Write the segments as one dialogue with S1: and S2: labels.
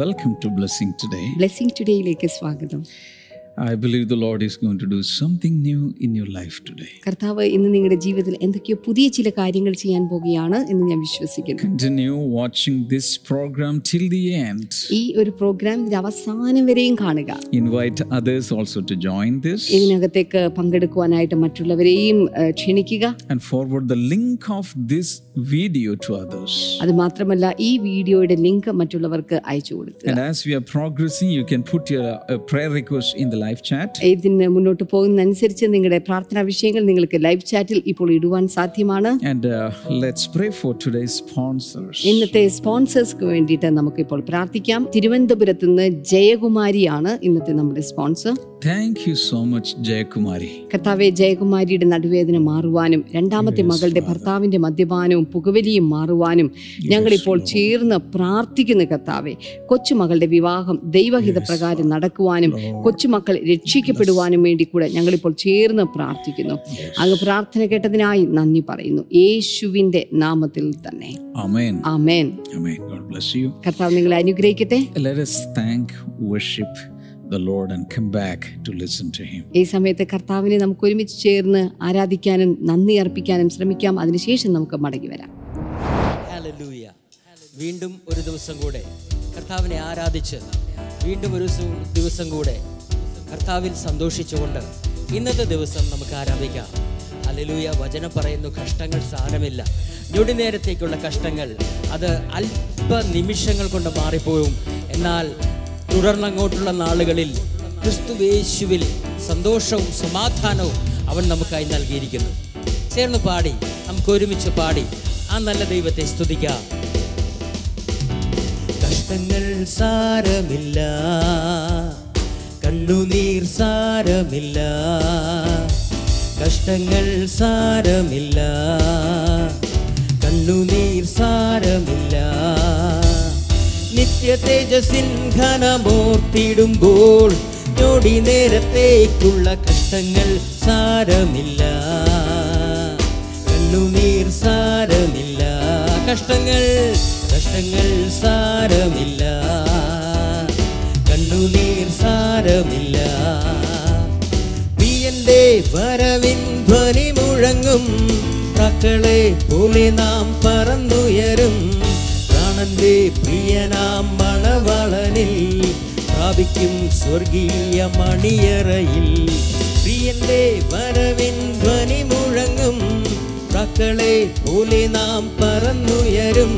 S1: Welcome to Blessing today.
S2: Blessing ടുഡേയിലേക്ക് സ്വാഗതം
S1: I believe the Lord is going to do something new in your life today.
S2: കർത്താവ് ഇന്ന് നിങ്ങളുടെ ജീവിതത്തിൽ എന്തൊക്കെയോ പുതിയ ചില കാര്യങ്ങൾ ചെയ്യാൻ പോകുകയാണ് എന്ന് ഞാൻ വിശ്വസിക്കുന്നു
S1: Continue watching this program till the end.
S2: ഈ ഒരു പ്രോഗ്രാമിന്റെ അവസാനം വരെയും കാണുക
S1: Invite others also to join this
S2: ഇതിനകത്തേക്ക് പങ്കെടുക്കുവാനായിട്ട് മറ്റുള്ളവരെയും ഏഹ്, ക്ഷണിക്കുക
S1: and forward the link of this video to others.
S2: അത് മാത്രമല്ല ഈ വീഡിയോയുടെ ലിങ്ക് മറ്റുള്ളവർക്ക് അയച്ചു കൊടുക്കുക
S1: And as we are progressing, you can put your uh, prayer request in the live chat.
S2: ഇതിന് മുന്നോട്ട് പോകുന്നതനുസരിച്ച് നിങ്ങളുടെ പ്രാർത്ഥനാ വിഷയങ്ങൾ നിങ്ങൾക്ക് ലൈവ് ചാറ്റിൽ ഇപ്പോൾ ഇടുവാൻ സാധ്യമാണ്
S1: And uh, let's pray for today's sponsors.
S2: ഇന്നത്തെ സ്പോൺസേഴ്സ്ക്ക് വേണ്ടിയിട്ട് നമുക്കിപ്പോൾ പ്രാർത്ഥിക്കാം തിരുവനന്തപുരത്ത് നിന്ന് ജയകുമാരിയാണ് ഇന്നത്തെ നമ്മുടെ sponsor
S1: Thank you so much, Jayakumari.
S2: കർത്താവെ ജയകുമാരിയുടെ നടുവേദന മാറുവാനും രണ്ടാമത്തെ മകളുടെ ഭർത്താവിന്റെ മദ്യപാനവും പുകവലിയും മാറുവാനും ഞങ്ങളിപ്പോൾ ചേർന്ന് പ്രാർത്ഥിക്കുന്നു കർത്താവെ കൊച്ചുമകളുടെ വിവാഹം ദൈവഹിതപ്രകാരം നടക്കുവാനും കൊച്ചുമക്കൾ രക്ഷിക്കപ്പെടുവാനും വേണ്ടി കൂടെ ഞങ്ങളിപ്പോൾ ചേർന്ന് പ്രാർത്ഥിക്കുന്നു അങ്ങ് പ്രാർത്ഥന കേട്ടതിനായി നന്ദി പറയുന്നു യേശുവിന്റെ നാമത്തിൽ തന്നെ
S1: Amen.
S2: Amen
S1: Amen. God bless you.
S2: കർത്താവ് നിങ്ങളെ അനുഗ്രഹിക്കട്ടെ
S1: Let us thank, worship the Lord, and come back to listen to Him.
S2: ഈ സമയത്ത് കർത്താവിനെ നമുക്ക് ഒരുമിച്ച് ചേർന്ന് ആരാധിക്കാനും നന്ദി അർപ്പിക്കാനും ശ്രമിക്കാം അതിനുശേഷം നമുക്ക് മടങ്ങി വരാം
S3: ഹല്ലേലൂയ വീണ്ടും ഒരു ദിവസം കൂടെ കർത്താവിനെ ആരാധിച്ച് വീണ്ടും ഒരു സു- ദിവസം കൂടെ കർത്താവിൽ സന്തോഷിച്ചുകൊണ്ട് ഇന്നത്തെ ദിവസം നമുക്ക് ആരാധിക്കാം ഹല്ലേലൂയ വചനം പറയുന്നു കഷ്ടങ്ങൾ സാരമില്ല ഞൊടി നേരത്തേക്കുള്ള കഷ്ടങ്ങൾ അത് അല്പ നിമിഷങ്ങൾ കൊണ്ട് മാറിപ്പോകും എന്നാൽ തുടർന്നങ്ങോട്ടുള്ള നാളുകളിൽ ക്രിസ്തുവേശുവിൽ സന്തോഷവും സമാധാനവും അവൻ നമുക്കായി നൽകിയിരിക്കുന്നു ചേർന്ന് പാടി നമുക്ക് ഒരുമിച്ച് പാടി ആ നല്ല ദൈവത്തെ സ്തുതിക്കാം കഷ്ടങ്ങൾ സാരമില്ല കണ്ണുനീർ സാരമില്ല കഷ്ടങ്ങൾ സാരമില്ല കണ്ണുനീർ സാരമില്ല നിത്യ തേജസിൻ ഘനമോർത്തിടുമ്പോൾ ഞൊടി നേരത്തേക്കുള്ള കഷ്ടങ്ങൾ സാരമില്ല കണ്ണുനീർ സാരമില്ല കഷ്ടങ്ങൾ കഷ്ടങ്ങൾ സാരമില്ല കണ്ണുനീർ സാരമില്ല തീയന്റെ വരവിൻ ധ്വനി മുഴങ്ങും മക്കളെ പോലെ നാം പറന്നുയരും പ്രാണന്റെ പ്രിയനാം മണവളനിൽ പ്രാപിക്കും സ്വർഗീയ മണിയറയിൽ പ്രിയന്റെ വരവിൻ ധ്വനി മുഴങ്ങും മക്കളെ പോലെ നാം പറന്നുയരും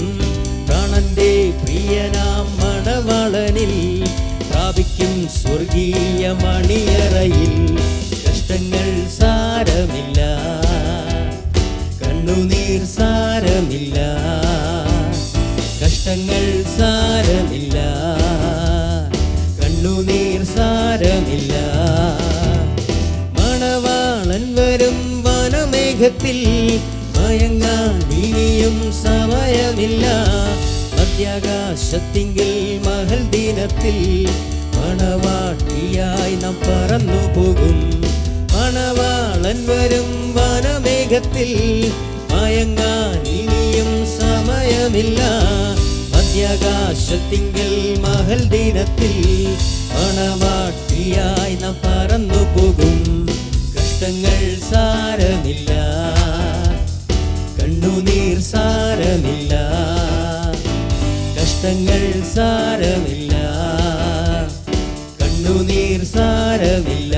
S3: പ്രാണന്റെ പ്രിയനാം മണവളനിൽ പ്രാപിക്കും സ്വർഗീയ മണിയറയിൽ കഷ്ടങ്ങൾ സാരമില്ല കണ്ണുനീർ സാരമില്ല കഷ്ടങ്ങൾ സാരമില്ല കണ്ണുനീർ സാരമില്ല മണവാളൻ വരും വനമേഘത്തിൽ മയങ്ങാൻ ഇനിയും സമയമില്ല മധ്യാകാശത്തിങ്കിൽ മഹൽ ദിനത്തിൽ മണവാട്ടിയായി നാം പറന്നു പോകും മണവാളൻ വരും വനമേഘത്തിൽ മയങ്ങാൻ ഇനിയും സമയമില്ല മധ്യാകാശത്തിങ്കിൽ മഹൽ ദിനത്തിൽ മണവാട്ടിയായി നാം പറന്നു പോകും കഷ്ടങ്ങൾ സാരമില്ല കണ്ണുനീർ സാരമില്ല കഷ്ടങ്ങൾ സാരമില്ല കണ്ണുനീർ സാരമില്ല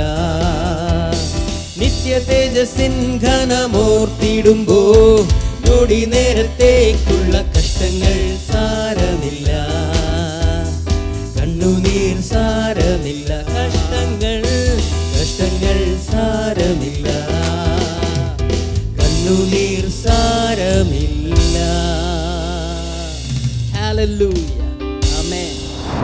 S3: നിത്യ തേജസ്സിൻ ഘനമോർത്തിടുമ്പോ നൊടി നേരത്തേക്കുള്ള കഷ്ടങ്ങൾ സാരമില്ല കണ്ണുനീർ സാരമില്ല കഷ്ടങ്ങൾ കഷ്ടങ്ങൾ സാരമില്ല കണ്ണുനീർ സാരമില്ല Hallelujah. Amen.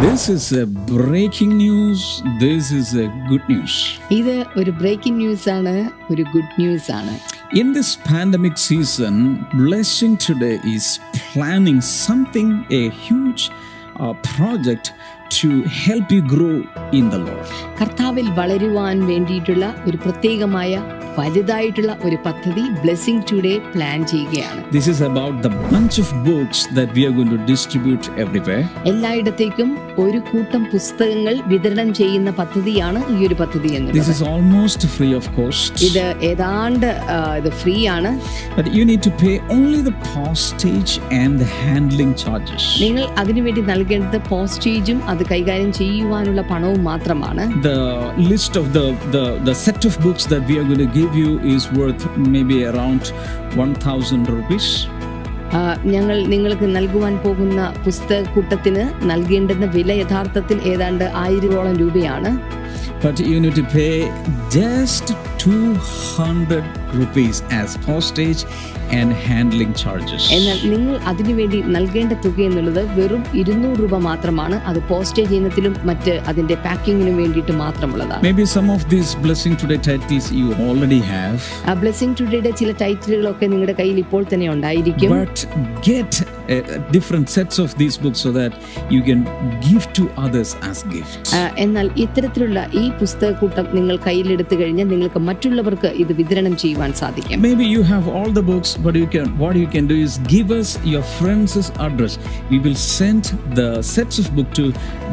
S1: This is a breaking news. This is a good news.
S2: ഇത് ഒരു ബ്രേക്കിംഗ് ന്യൂസ് ആണ് ഒരു ഗുഡ് ന്യൂസ് ആണ്
S1: In this pandemic season, Blessing Today is planning something, a huge uh, project to help you grow in the Lord.
S2: കർത്താവിൽ വളരുവാൻ വേണ്ടിയിട്ടുള്ള ഒരു പ്രത്യേകമായ വലുതായിട്ടുള്ള ഒരു പദ്ധതി ബ്ലെസ്സിംഗ് ടുഡേ പ്ലാൻ ചെയ്യുകയാണ്
S1: This is about the bunch of books that we are going to distribute everywhere.
S2: എല്ലായിടത്തേക്കും ഒരു കൂട്ടം പുസ്തകങ്ങൾ വിതരണം ചെയ്യുന്ന പദ്ധതിയാണ് ഈ ഒരു പദ്ധതി
S1: This
S2: എന്നുള്ളത്
S1: is almost free of cost.
S2: ഇത് ഏതാണ്ട് ആ, ഇത് ഫ്രീ ആണ്
S1: But you need to pay only the postage and the handling charges.
S2: നിങ്ങൾ അതിനുവേണ്ടി നൽകേണ്ടത് പോസ്റ്റേജും അത് കൈകാര്യം ചെയ്യുവാനുള്ള പണവും മാത്രമാണ്
S1: The list of the, the, the set of books that we are going to give you is worth maybe around 1000 rupees.
S2: ആ, ഞങ്ങൾ നിങ്ങൾക്ക് നൽകുവാൻ പോകുന്ന പുസ്തക കൂട്ടത്തിന് നൽകേണ്ടുന്ന വില യഥാർത്ഥത്തിൽ ഏതാണ്ട് ആയിരോളം രൂപയാണ്
S1: But you need to pay just 200 rupees as postage and handling charges.
S2: എന്നാൽ നിങ്ങൾ അതിനുവേണ്ടി നൽകേണ്ട തുക എന്നുള്ളത് വെറും ഇരുന്നൂറ് രൂപ മാത്രമാണ് അത് പോസ്റ്റേജ് ഇനത്തിലും മറ്റ് അതിന്റെ പാക്കിങ്ങിനും വേണ്ടിയിട്ട് മാത്രമുള്ളതാണ്
S1: Maybe some of these blessing today titles you already have,
S2: Blessing ടുഡേയുടെ ചില ടൈറ്റിലുകളൊക്കെ നിങ്ങളുടെ കയ്യിൽ ഇപ്പോൾ തന്നെ ഉണ്ടായിരിക്കും
S1: but get uh, different sets of these books so that you can give to others as gifts.
S2: ആ, എന്നാൽ ഇത്തരത്തിലുള്ള ഈ പുസ്തകക്കൂട്ടം നിങ്ങൾ കയ്യിലെടുത്തു കഴിഞ്ഞാൽ നിങ്ങൾക്ക് മറ്റുള്ളവർക്ക് ഇത് വിതരണം ചെയ്യുവാൻ സാധിക്കും
S1: Maybe you have all the books, but you can what you can do is give us your friends' address. We will send the sets of book to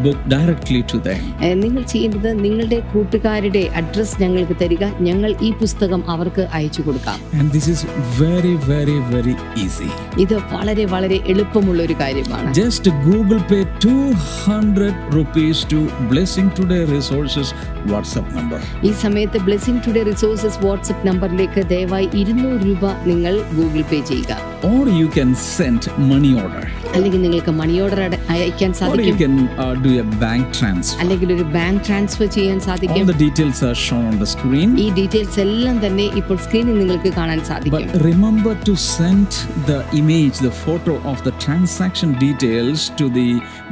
S1: book directly to them.
S2: ഏഹ് നിങ്ങൾ ചെയ്യേണ്ടത് നിങ്ങളുടെ കൂട്ടുകാരുടെ address ഞങ്ങൾക്ക് തരിക ഞങ്ങൾ ഈ പുസ്തകം അവർക്ക് അയച്ചു കൊടുക്കാം
S1: And this is very, very, very easy.
S2: ഇത് വളരെ വളരെ എളുപ്പമുള്ള ഒരു കാര്യമാണ്
S1: Just Google Pay 200 rupees to Blessing Today Resources WhatsApp number.
S2: ഈ സമയത്ത് ബ്ലെസ്സിംഗ് ടുഡേ റിസോഴ്സസ് വാട്സപ്പ് നമ്പറിലേക്ക് ദയവായി ഇരുന്നൂറ് രൂപ നിങ്ങൾ ഗൂഗിൾ പേ ചെയ്യുക
S1: Or you can send money order.
S2: അല്ലെങ്കിൽ നിങ്ങൾക്ക് മണി ഓർഡർ അയക്കാൻ
S1: Or you
S2: സാധിക്കും
S1: can uh, do a bank transfer.
S2: അല്ലെങ്കിൽ ഒരു ബാങ്ക് ട്രാൻസ്ഫർ ചെയ്യാൻ
S1: All
S2: സാധിക്കും
S1: the details are shown on the screen.
S2: ഈ ഡീറ്റെയിൽസ് എല്ലാം തന്നെ ഇപ്പോൾ സ്ക്രീനിൽ നിങ്ങൾക്ക് കാണാൻ സാധിക്കും
S1: But remember to send the image, the photo of the transaction details to the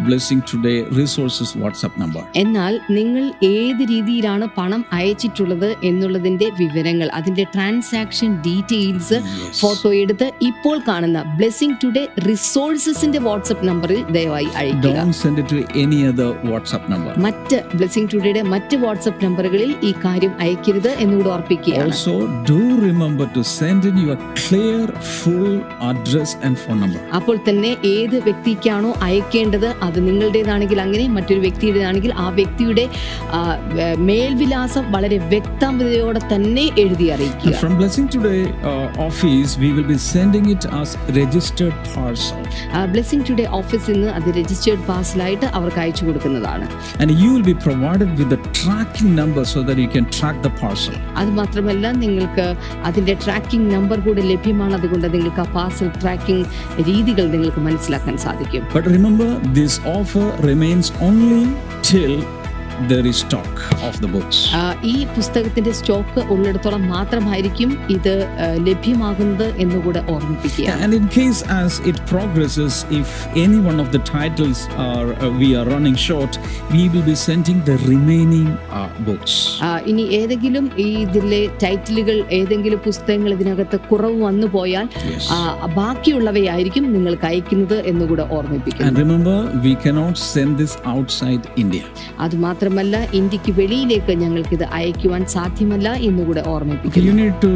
S1: Blessing Today Resources WhatsApp number.
S2: എന്നാൽ നിങ്ങൾ ഏത് രീതിയിലാണ് പണം അയച്ചിട്ടുള്ളത് എന്നുള്ളതിന്റെ വിവരങ്ങൾ അതിന്റെ ട്രാൻസാക്ഷൻ ഡീറ്റെയിൽസ് ഫോട്ടോ എടുത്ത് ഇപ്പോൾ കാണുന്ന ബ്ലെസ്സിംഗ് ടുഡേ റിസോഴ്സസിന്റെ വാട്സപ്പ് നമ്പറിൽ ദയവായി അയക്കുക
S1: Don't send it to any other WhatsApp number.
S2: മറ്റ് ബ്ലെസ്സിംഗ് ടുഡേയുടെ മറ്റ് വാട്സപ്പ് നമ്പറുകളിൽ ഈ കാര്യം അയക്കരുത് എന്നുകൂടെ ഓർപ്പിക്കുകയാണ്
S1: Also, do remember to send in your clear, full address and phone number.
S2: അപ്പോൾ തന്നെ ഏത് വ്യക്തിക്കാണോ അയക്കേണ്ടത് അത് നിങ്ങളുടേതാണെങ്കിൽ അങ്ങനെ മറ്റൊരു വ്യക്തിയുടേതാണെങ്കിൽ ആ വ്യക്തിയുടെ ആ, മേൽവിലാസം വളരെ വ്യക്തതയോടെ തന്നെ എഴുതി അറിയിക്കുക
S1: And from Blessing Today uh, office, we will be sending it as registered parcel.
S2: Blessing Today ഓഫീസിൽ നിന്ന് അത് രജിസ്റ്റേർഡ് പാഴ്സലായിട്ട് അവർക്ക് അയച്ചു കൊടുക്കുന്നതാണ്
S1: And you will be provided with the tracking number so that you can track the parcel.
S2: അത് മാത്രമല്ല നിങ്ങൾക്ക് അതിൻ്റെ ട്രാക്കിംഗ് നമ്പർ കൂടെ ലഭ്യമാണ് അതുകൊണ്ട് നിങ്ങൾക്ക് ആ പാഴ്സൽ ട്രാക്കിംഗ് രീതികൾ നിങ്ങൾക്ക് മനസ്സിലാക്കാൻ സാധിക്കും
S1: But remember, this offer remains only till there is stock of the books.
S2: ആ, ഈ പുസ്തകത്തിന്റെ സ്റ്റോക്ക് ഉള്ളിടത്തോളം മാത്രമായിരിക്കും ഇത് ആ, ലഭ്യമാകുന്നത് എന്നുകൂടെ ഓർമ്മിപ്പിക്കുക
S1: And in case as it progresses, if any one of the titles are uh, we are running short, we will be sending the remaining uh, books.
S2: ആ, ഇനി ഏതെങ്കിലും ഈ ഇതിലെ ടൈറ്റിലുകൾ ഏതെങ്കിലും പുസ്തകങ്ങൾ ഇതിനകത്ത് കുറവ് വന്നു പോയാൽ
S1: Yes.
S2: ആ, ബാക്കിയുള്ളവയായിരിക്കും നിങ്ങൾക്ക് അയക്കുന്നത് എന്നുകൂടെ ഓർമ്മിപ്പിക്കുക
S1: And remember, we cannot send this outside India.
S2: അതുമാത്രമല്ല ഇന്ത്യക്ക് വെളിയിലേക്ക് ഞങ്ങൾക്കിത് അയക്കുവാൻ സാധ്യമല്ല എന്നുകൂടെ ഓർമ്മിപ്പിക്കും
S1: Okay, you need to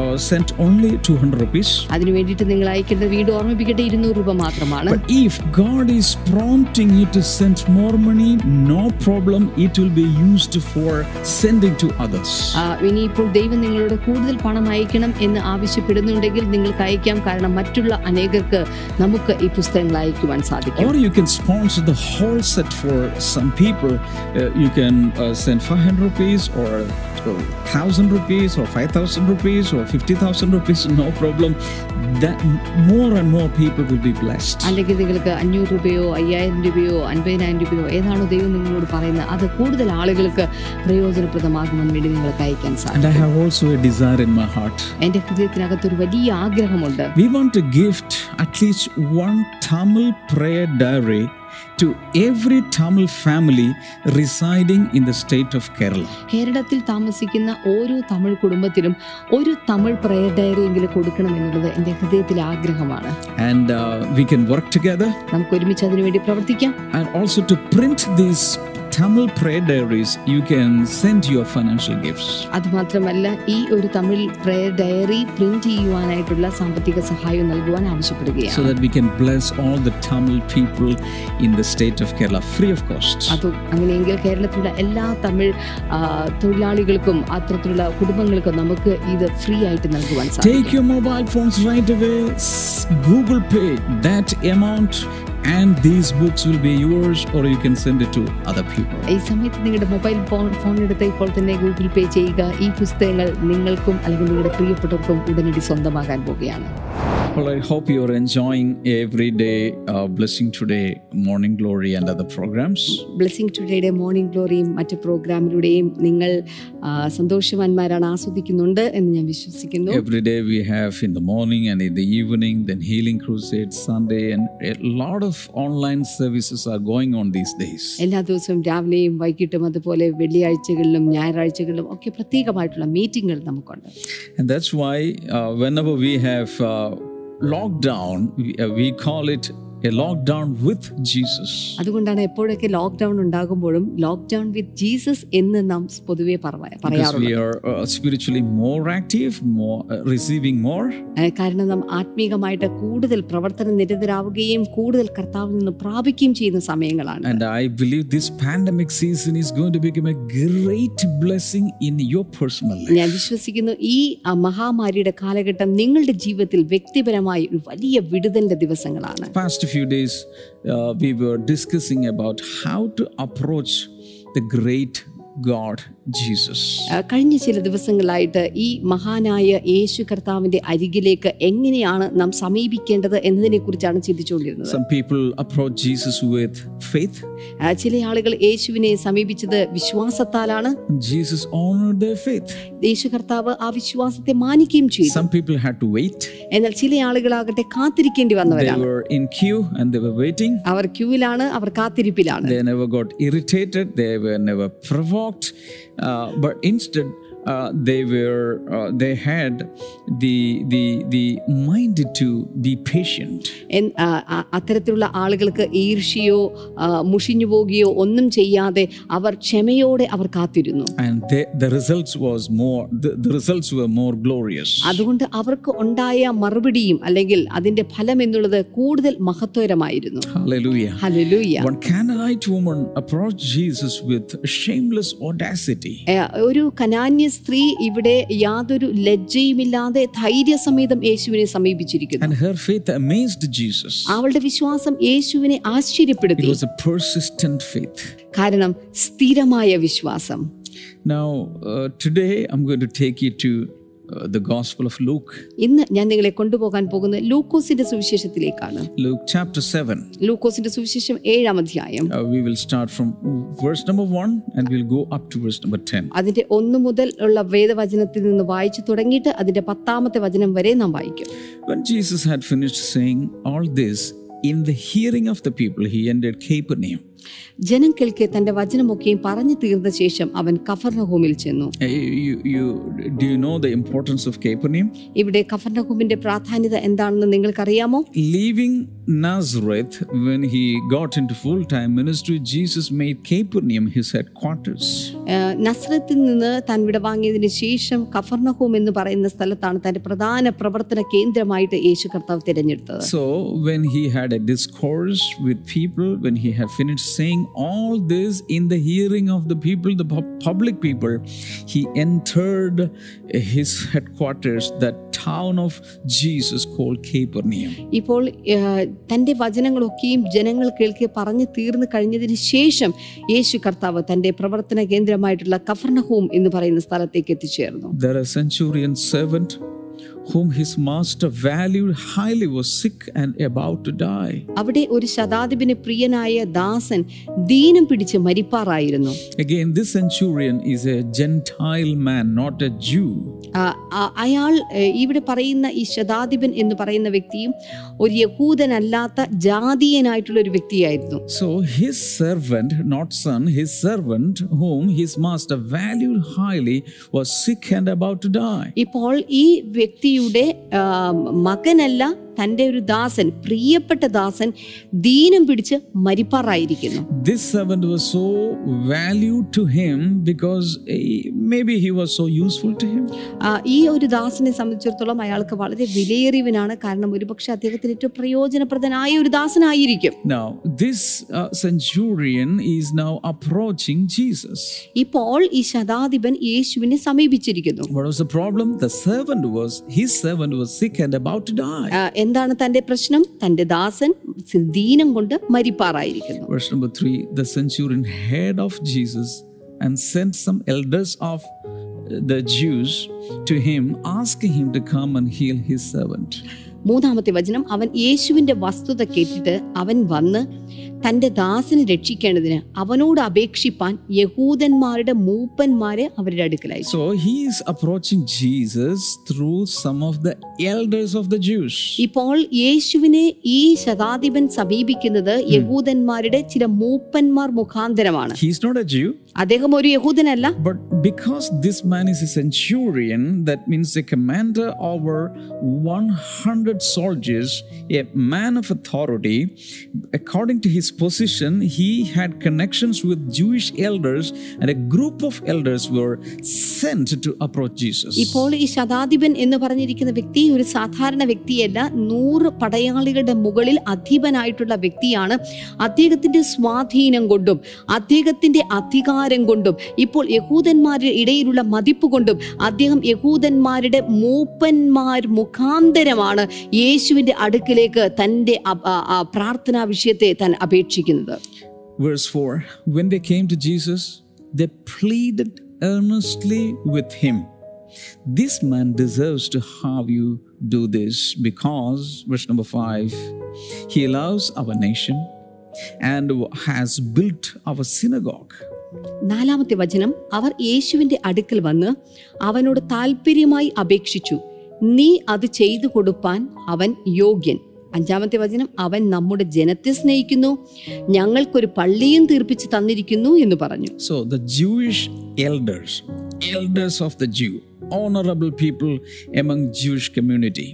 S1: uh, send only 200 rupees.
S2: അതിനു വേണ്ടിയിട്ട് നിങ്ങൾ അയക്കേണ്ട വീട് ഓർമ്മിപ്പിക്കട്ടെ ഇരുന്നൂറ് രൂപ മാത്രമാണ്
S1: But if God is prompting you to send more money, no problem. It will be used for sending to others.
S2: ആ, ഇനിയിപ്പോൾ ദൈവം നിങ്ങളോട് കൂടുതൽ പണം അയക്കണം എന്ന് ആവശ്യപ്പെടുന്നുണ്ടെങ്കിൽ നിങ്ങൾക്ക് അയക്കാം കാരണം മറ്റുള്ള അനേകർക്ക് നമുക്ക് ഈ പുസ്തകങ്ങൾ അയക്കുവാൻ സാധിക്കും
S1: Or you can sponsor the whole set for some people. Uh, you can uh, send 500 rupees or uh, thousand rupees or 5,000 rupees or 50,000 rupees, no problem. That more and more people will be blessed.
S2: അല്ലെങ്കിൽ നിങ്ങൾക്ക് അഞ്ഞൂറ് രൂപയോ അയ്യായിരം രൂപയോ അൻപതിനായിരം രൂപയോ ഏതാണോ ദൈവം നിങ്ങളോട് പറയുന്നത് അത് കൂടുതൽ ആളുകൾക്ക് പ്രയോജനപ്രദമാകുവാൻ വേണ്ടി നിങ്ങൾക്ക് അയക്കാൻ
S1: And I
S2: സാധിക്കും
S1: have also a desire in my heart.
S2: എൻ്റെ ഹൃദയത്തിനകത്തൊരു വലിയ ആഗ്രഹമുണ്ട്
S1: We want to gift at least one Tamil prayer diary to every Tamil family residing in the state of Kerala.
S2: കേരളത്തിൽ താമസിക്കുന്ന ഓരോ തമിഴ് കുടുംബത്തിലും ഒരു തമിഴ് പ്രയർ ഡയറി എങ്കിലും കൊടുക്കണം എന്നുള്ളത് എൻ്റെ ഹൃദയത്തിലെ ആഗ്രഹമാണ്
S1: And uh, we can work together
S2: നമുക്ക് ഒരുമിച്ച് അതിനുവേണ്ടി പ്രവർത്തിക്കാം
S1: and also to print these Tamil Prayer Diaries, you can send your financial gifts.
S2: അതുമാത്രമല്ല ഈ ഒരു തമിഴ് പ്രയർ ഡയറി പ്രിന്റ് ചെയ്യുവാനായിട്ടുള്ള സാമ്പത്തിക സഹായം നൽകുവാൻ ആവശ്യപ്പെടുകയാണ്
S1: So that we can bless all the Tamil people in the state of Kerala free of cost.
S2: അത് അങ്ങനെയെങ്കിൽ കേരളത്തിലുള്ള എല്ലാ തമിഴ് ആ, തൊഴിലാളികൾക്കും അത്തരത്തിലുള്ള കുടുംബങ്ങൾക്കും നമുക്ക് ഇത് ഫ്രീ ആയിട്ട് നൽകുവാൻ സാധിക്കും
S1: Take your mobile phones right away, s- Google Pay that amount, and these books will be yours, or you can send it to other people.
S2: ഈ സമയത്ത് നിങ്ങളുടെ മൊബൈൽ ഫോൺ ഫോൺ എടുത്ത് ഇപ്പോൾ തന്നെ ഗൂഗിൾ പേ ചെയ്യുക ഈ പുസ്തകങ്ങൾ നിങ്ങൾക്കും അല്ലെങ്കിൽ നിങ്ങളുടെ പ്രിയപ്പെട്ടവർക്കും ഉടനടി സ്വന്തമാകാൻ പോവുകയാണ്
S1: Well, I hope you're enjoying every day, uh, Blessing Today, Morning Glory, and other programs.
S2: Blessing ടുഡേയുടെ മോർണിംഗ് ഗ്ലോറിയും മറ്റ് പ്രോഗ്രാമിലൂടെയും നിങ്ങൾ ആ, സന്തോഷവാന്മാരാണ് ആസ്വദിക്കുന്നുണ്ട് എന്ന് ഞാൻ വിശ്വസിക്കുന്നു
S1: Every day we have in the morning and in the evening, then Healing Crusade Sunday, and a lot of online services are going on these days.
S2: എല്ലാ ദിവസവും രാവിലെയും വൈകിട്ടും അതുപോലെ വെള്ളിയാഴ്ചകളിലും ഞായറാഴ്ചകളിലും ഒക്കെ പ്രത്യേകമായിട്ടുള്ള മീറ്റിങ്ങുകൾ നമുക്കുണ്ട്
S1: And that's why uh, whenever we have uh, lockdown, we, uh, we call it a lockdown with Jesus.
S2: അതുകൊണ്ടാണ് എപ്പോഴൊക്കെ ലോക്ക്ഡൗൺ ഉണ്ടാകുമ്പോഴും ലോക്ക്ഡൗൺ വിത്ത് ജീസസ് എന്ന് നാം പൊതുവെ പറവ-
S1: Because
S2: പറയാറുണ്ട്
S1: we are uh, spiritually more active, more uh, receiving more.
S2: ആ, കാരണം നാം ആത്മീകമായിട്ട് കൂടുതൽ പ്രവർത്തന നിരതരാവുകയും കൂടുതൽ കർത്താവിൽ നിന്ന് പ്രാപിക്കുകയും ചെയ്യുന്ന സമയങ്ങളാണ്
S1: And I believe this pandemic season is going to become a great blessing in your personal life.
S2: ഞാൻ വിശ്വസിക്കുന്നു ഈ ആ, മഹാമാരിയുടെ കാലഘട്ടം നിങ്ങളുടെ ജീവിതത്തിൽ വ്യക്തിപരമായി ഒരു വലിയ വിടുതലിന്റെ ദിവസങ്ങളാണ്
S1: Past few days, uh, we were discussing about how to approach the great God Jesus.
S2: ആ, കഴിഞ്ഞ ചില ദിവസങ്ങളായിട്ട് ഈ മഹാനായ യേശു കർത്താവിന്റെ അരികിലേക്ക് എങ്ങനെയാണ് നാം സമീപിക്കേണ്ടത് എന്നതിനെ കുറിച്ചാണ് ചിന്തിച്ചുകൊണ്ടിരുന്നത്
S1: Some people approach Jesus with faith.
S2: ആ, ചില ആളുകൾ യേശുവിനെ സമീപിച്ചത് വിശ്വാസത്താലാണ്
S1: Jesus honored their faith.
S2: യേശു കർത്താവ് ആ വിശ്വാസത്തെ മാനിക്കുകയും ചെയ്തു
S1: Some people had to wait.
S2: എന്നാൽ ചില ആളുകളാകട്ടെ കാത്തിരിക്കേണ്ടി
S1: They
S2: വന്നവരാണ്
S1: were in queue and they were waiting.
S2: അവർ ക്യൂവിലാണ് അവർ കാത്തിരിപ്പിലാണ്
S1: They never got irritated. They were never provoked. Uh, but instead, uh, they were uh, they had the the the mind to be patient.
S2: എൻ- ആ, ആ, അത്തരത്തിലുള്ള ആളുകൾക്ക് ഈർഷ്യയോ ആ, മുഷിഞ്ഞു പോകുകയോ ഒന്നും ചെയ്യാതെ അവർ ക്ഷമയോടെ അവർ കാത്തിരുന്നു
S1: and the, the results was more the, the results were more glorious
S2: അതുകൊണ്ട് അവർക്ക് ഉണ്ടായ മറുപടിയും അല്ലെങ്കിൽ അതിന്റെ ഫലം എന്നുള്ളത് കൂടുതൽ മഹത്വകരമായിരുന്നു
S1: hallelujah
S2: hallelujah
S1: one canaanite woman approached jesus with shameless audacity
S2: ഏ, ഒരു കനാന്യ സ്ത്രീ ഇവിടെ യാതൊരു ലജ്ജയുമില്ലാതെ ധൈര്യസമേതം യേശുവിനെ സമീപിച്ചിരിക്കുന്നു
S1: and her faith amazed jesus
S2: അവളുടെ വിശ്വാസം യേശുവിനെ
S1: it
S2: ആശ്ചര്യപ്പെടുത്തി
S1: was a persistent faith
S2: കാരണം സ്ഥിരമായ വിശ്വാസം
S1: now uh, today i'm going to take you to uh, the gospel of luke
S2: ഇന്ന് ഞാൻ നിങ്ങളെ കൊണ്ടുപോകാൻ പോകുന്നത് ലൂക്കോസിന്റെ സുവിശേഷത്തിലേക്കാണ്
S1: luke chapter 7
S2: ലൂക്കോസിന്റെ സുവിശേഷം ഏഴാം അധ്യായം
S1: Uh, we will start from verse number 1 and we'll go up to verse number 10
S2: അതിന്റെ ഒന്നു മുതൽ ഉള്ള വേദവചനത്തിൽ നിന്ന് വായിച്ചു തുടങ്ങിയിട്ട് അതിന്റെ പത്താമത്തെ വചനം വരെ നാം വായിക്കും
S1: When Jesus had finished saying all this, in the hearing of the people, he entered Capernaum.
S2: ജനം കേൾക്കെ തന്റെ വചനമൊക്കെയും പറഞ്ഞു തീർന്ന ശേഷം അവൻ കഫർണഹൂമിൽ ചെന്നു
S1: Uh, You, you, do you know the importance of Capernaum?
S2: ഇവിടെ കഫർണഹൂമിന്റെ പ്രാധാന്യത എന്താണെന്ന് നിങ്ങൾക്കറിയാമോ
S1: Leaving Nazareth, when he got into full time ministry, Jesus made Capernaum his headquarters.
S2: ആ, നസ്രത്തിൽ നിന്ന് താൻ വിടവാങ്ങിയതിന് ശേഷം കഫർണഹൂം എന്ന് പറയുന്ന സ്ഥലത്താണ് തന്റെ പ്രധാന പ്രവർത്തന കേന്ദ്രമായിട്ട് യേശു കർത്താവ് തിരഞ്ഞെടുത്തത്
S1: So, when he had a discourse with people, when he had finished saying all this in the hearing of the people, the pub- public people, he entered his headquarters, that town of Jesus called Capernaum.
S2: ഇപ്പോൾ ആ, തന്റെ വചനങ്ങളൊക്കെയും ജനങ്ങൾ കേൾക്കെ പറഞ്ഞു തീർന്നു കഴിഞ്ഞതിന് ശേഷം യേശു കർത്താവ് തന്റെ പ്രവർത്തന കേന്ദ്രമായിട്ടുള്ള കഫർണഹൂം എന്ന് പറയുന്ന സ്ഥലത്തേക്ക് എത്തിച്ചേർന്നു
S1: There a centurion servant whom his master valued highly was sick and about to die.
S2: അവിടെ ഒരു ശതാധിപിന് പ്രിയനായ ദാസൻ ദീനം പിടിച്ച് മരിപ്പാറായിരുന്നു
S1: Again, this centurion is a Gentile man, not a Jew.
S2: ആ, ആ, അയാൾ ഏ, ഇവിടെ പറയുന്ന ഈ ശതാധിപൻ എന്ന് പറയുന്ന വ്യക്തിയും ഒരു യഹൂദനല്ലാത്ത ജാതീയനായിട്ടുള്ള ഒരു വ്യക്തിയായിരുന്നു
S1: So his servant, not son, his servant, whom his master valued highly, was sick and about to die.
S2: ഇപ്പോൾ ഈ വ്യക്തിയുടെ ആ, മകനല്ല തൻ്റെ ഒരു ദാസൻ പ്രിയപ്പെട്ട ദാസൻ ദീനം പിടിച്ച് മരിപ്പാറായിരിക്കുന്നു
S1: This servant was so valued to him because eh, maybe he was so useful to him.
S2: ആ, ഈ ഒരു ദാസനെ സംബന്ധിച്ചിടത്തോളം അയാൾക്ക് വളരെ വിലയേറിയവനാണ് കാരണം ഒരുപക്ഷെ അദ്ദേഹത്തിന് ഏറ്റവും പ്രയോജനപ്രദനായ ഒരു ദാസനായിരിക്കും
S1: Now, this uh, centurion is now approaching Jesus.
S2: ഇപ്പോൾ ഈ ശതാധിപൻ യേശുവിനെ സമീപിച്ചിരിക്കുന്നു
S1: What was the problem? The servant was, his servant was sick and about to die.
S2: ആ, എന്താണ് തന്റെ പ്രശ്നം തന്റെ ദാസൻ ദീനം കൊണ്ട് മരിപ്പാറായിരിക്കുന്നു
S1: Verse number three the centurion heard of Jesus and sent some elders of uh, the Jews to him, asking him to come and heal his servant.
S2: മൂന്നാമത്തെ വചനം അവൻ യേശുവിന്റെ വസ്തുത കേട്ടിട്ട് അവൻ വന്ന് തന്റെ ദാസനെ രക്ഷിക്കേണ്ടതിന് അവനോട് അപേക്ഷിപ്പാൻ യഹൂദന്മാരുടെ മൂപ്പന്മാരെ അവരുടെ അടുക്കലയച്ചു
S1: So he is approaching Jesus through some of the elders of the Jews.
S2: ഇപ്പോൾ യേശുവിനെ ഈ ശതാധിപൻ സമീപിക്കുന്നത് യഹൂദന്മാരുടെ ചില മൂപ്പന്മാർ മുഖാന്തരമാണ്
S1: He's not a Jew,
S2: അദ്ദേഹം ഒരു യഹൂദനല്ല
S1: But because this man is a centurion, that means a commander over 100 soldiers, a man of authority, according to his position, he had connections with Jewish elders, and a group of elders were sent to approach Jesus.
S2: ഇപ്പോൾ ഈ ശതാധിപൻ എന്ന് പറഞ്ഞിരിക്കുന്ന വ്യക്തി ഒരു സാധാരണ വ്യക്തിയല്ല നൂറ് പടയാളികളുടെ മുകളിൽ അധീപനായിട്ടുള്ള വ്യക്തിയാണ് അദ്ദേഹത്തിന്റെ സ്വാധീനം കൊണ്ടും അദ്ദേഹത്തിന്റെ അധികാരം കൊണ്ടും ഇപ്പോൾ യഹൂദന്മാരുടെ ഇടയിലുള്ള മതിപ്പ് കൊണ്ടും അദ്ദേഹം യഹൂദന്മാരുടെ മൂപ്പന്മാർ മുഖാന്തരമാണ് യേശുവിന്റെ അടുക്കിലേക്ക് തന്റെ അപ്- ആ- ആ പ്രാർത്ഥനാ വിഷയത്തെ താൻ അപേക്ഷിക്കുന്നത്
S1: Verse 4 When they came to Jesus, they pleaded earnestly with him. This man deserves to have you do this because, verse number 5, he loves our nation and has built our synagogue.
S2: നാലാമത്തെ വചനം അവർ യേശുവിന്റെ അടുക്കൽ വന്ന് അവനോട് താല്പര്യമായി അപേക്ഷിച്ചു നീ അത് ചെയ്തു കൊടുപ്പാൻ അവൻ യോഗ്യൻ അഞ്ചാമത്തെ വചനം അവൻ നമ്മുടെ ജനത്തെ സ്നേഹിക്കുന്നു ഞങ്ങൾക്കൊരു പള്ളിയും തീർപ്പിച്ച് തന്നിരിക്കുന്നു എന്ന് പറഞ്ഞു
S1: So the Jewish elders, elders of the Jew, honorable people among Jewish community,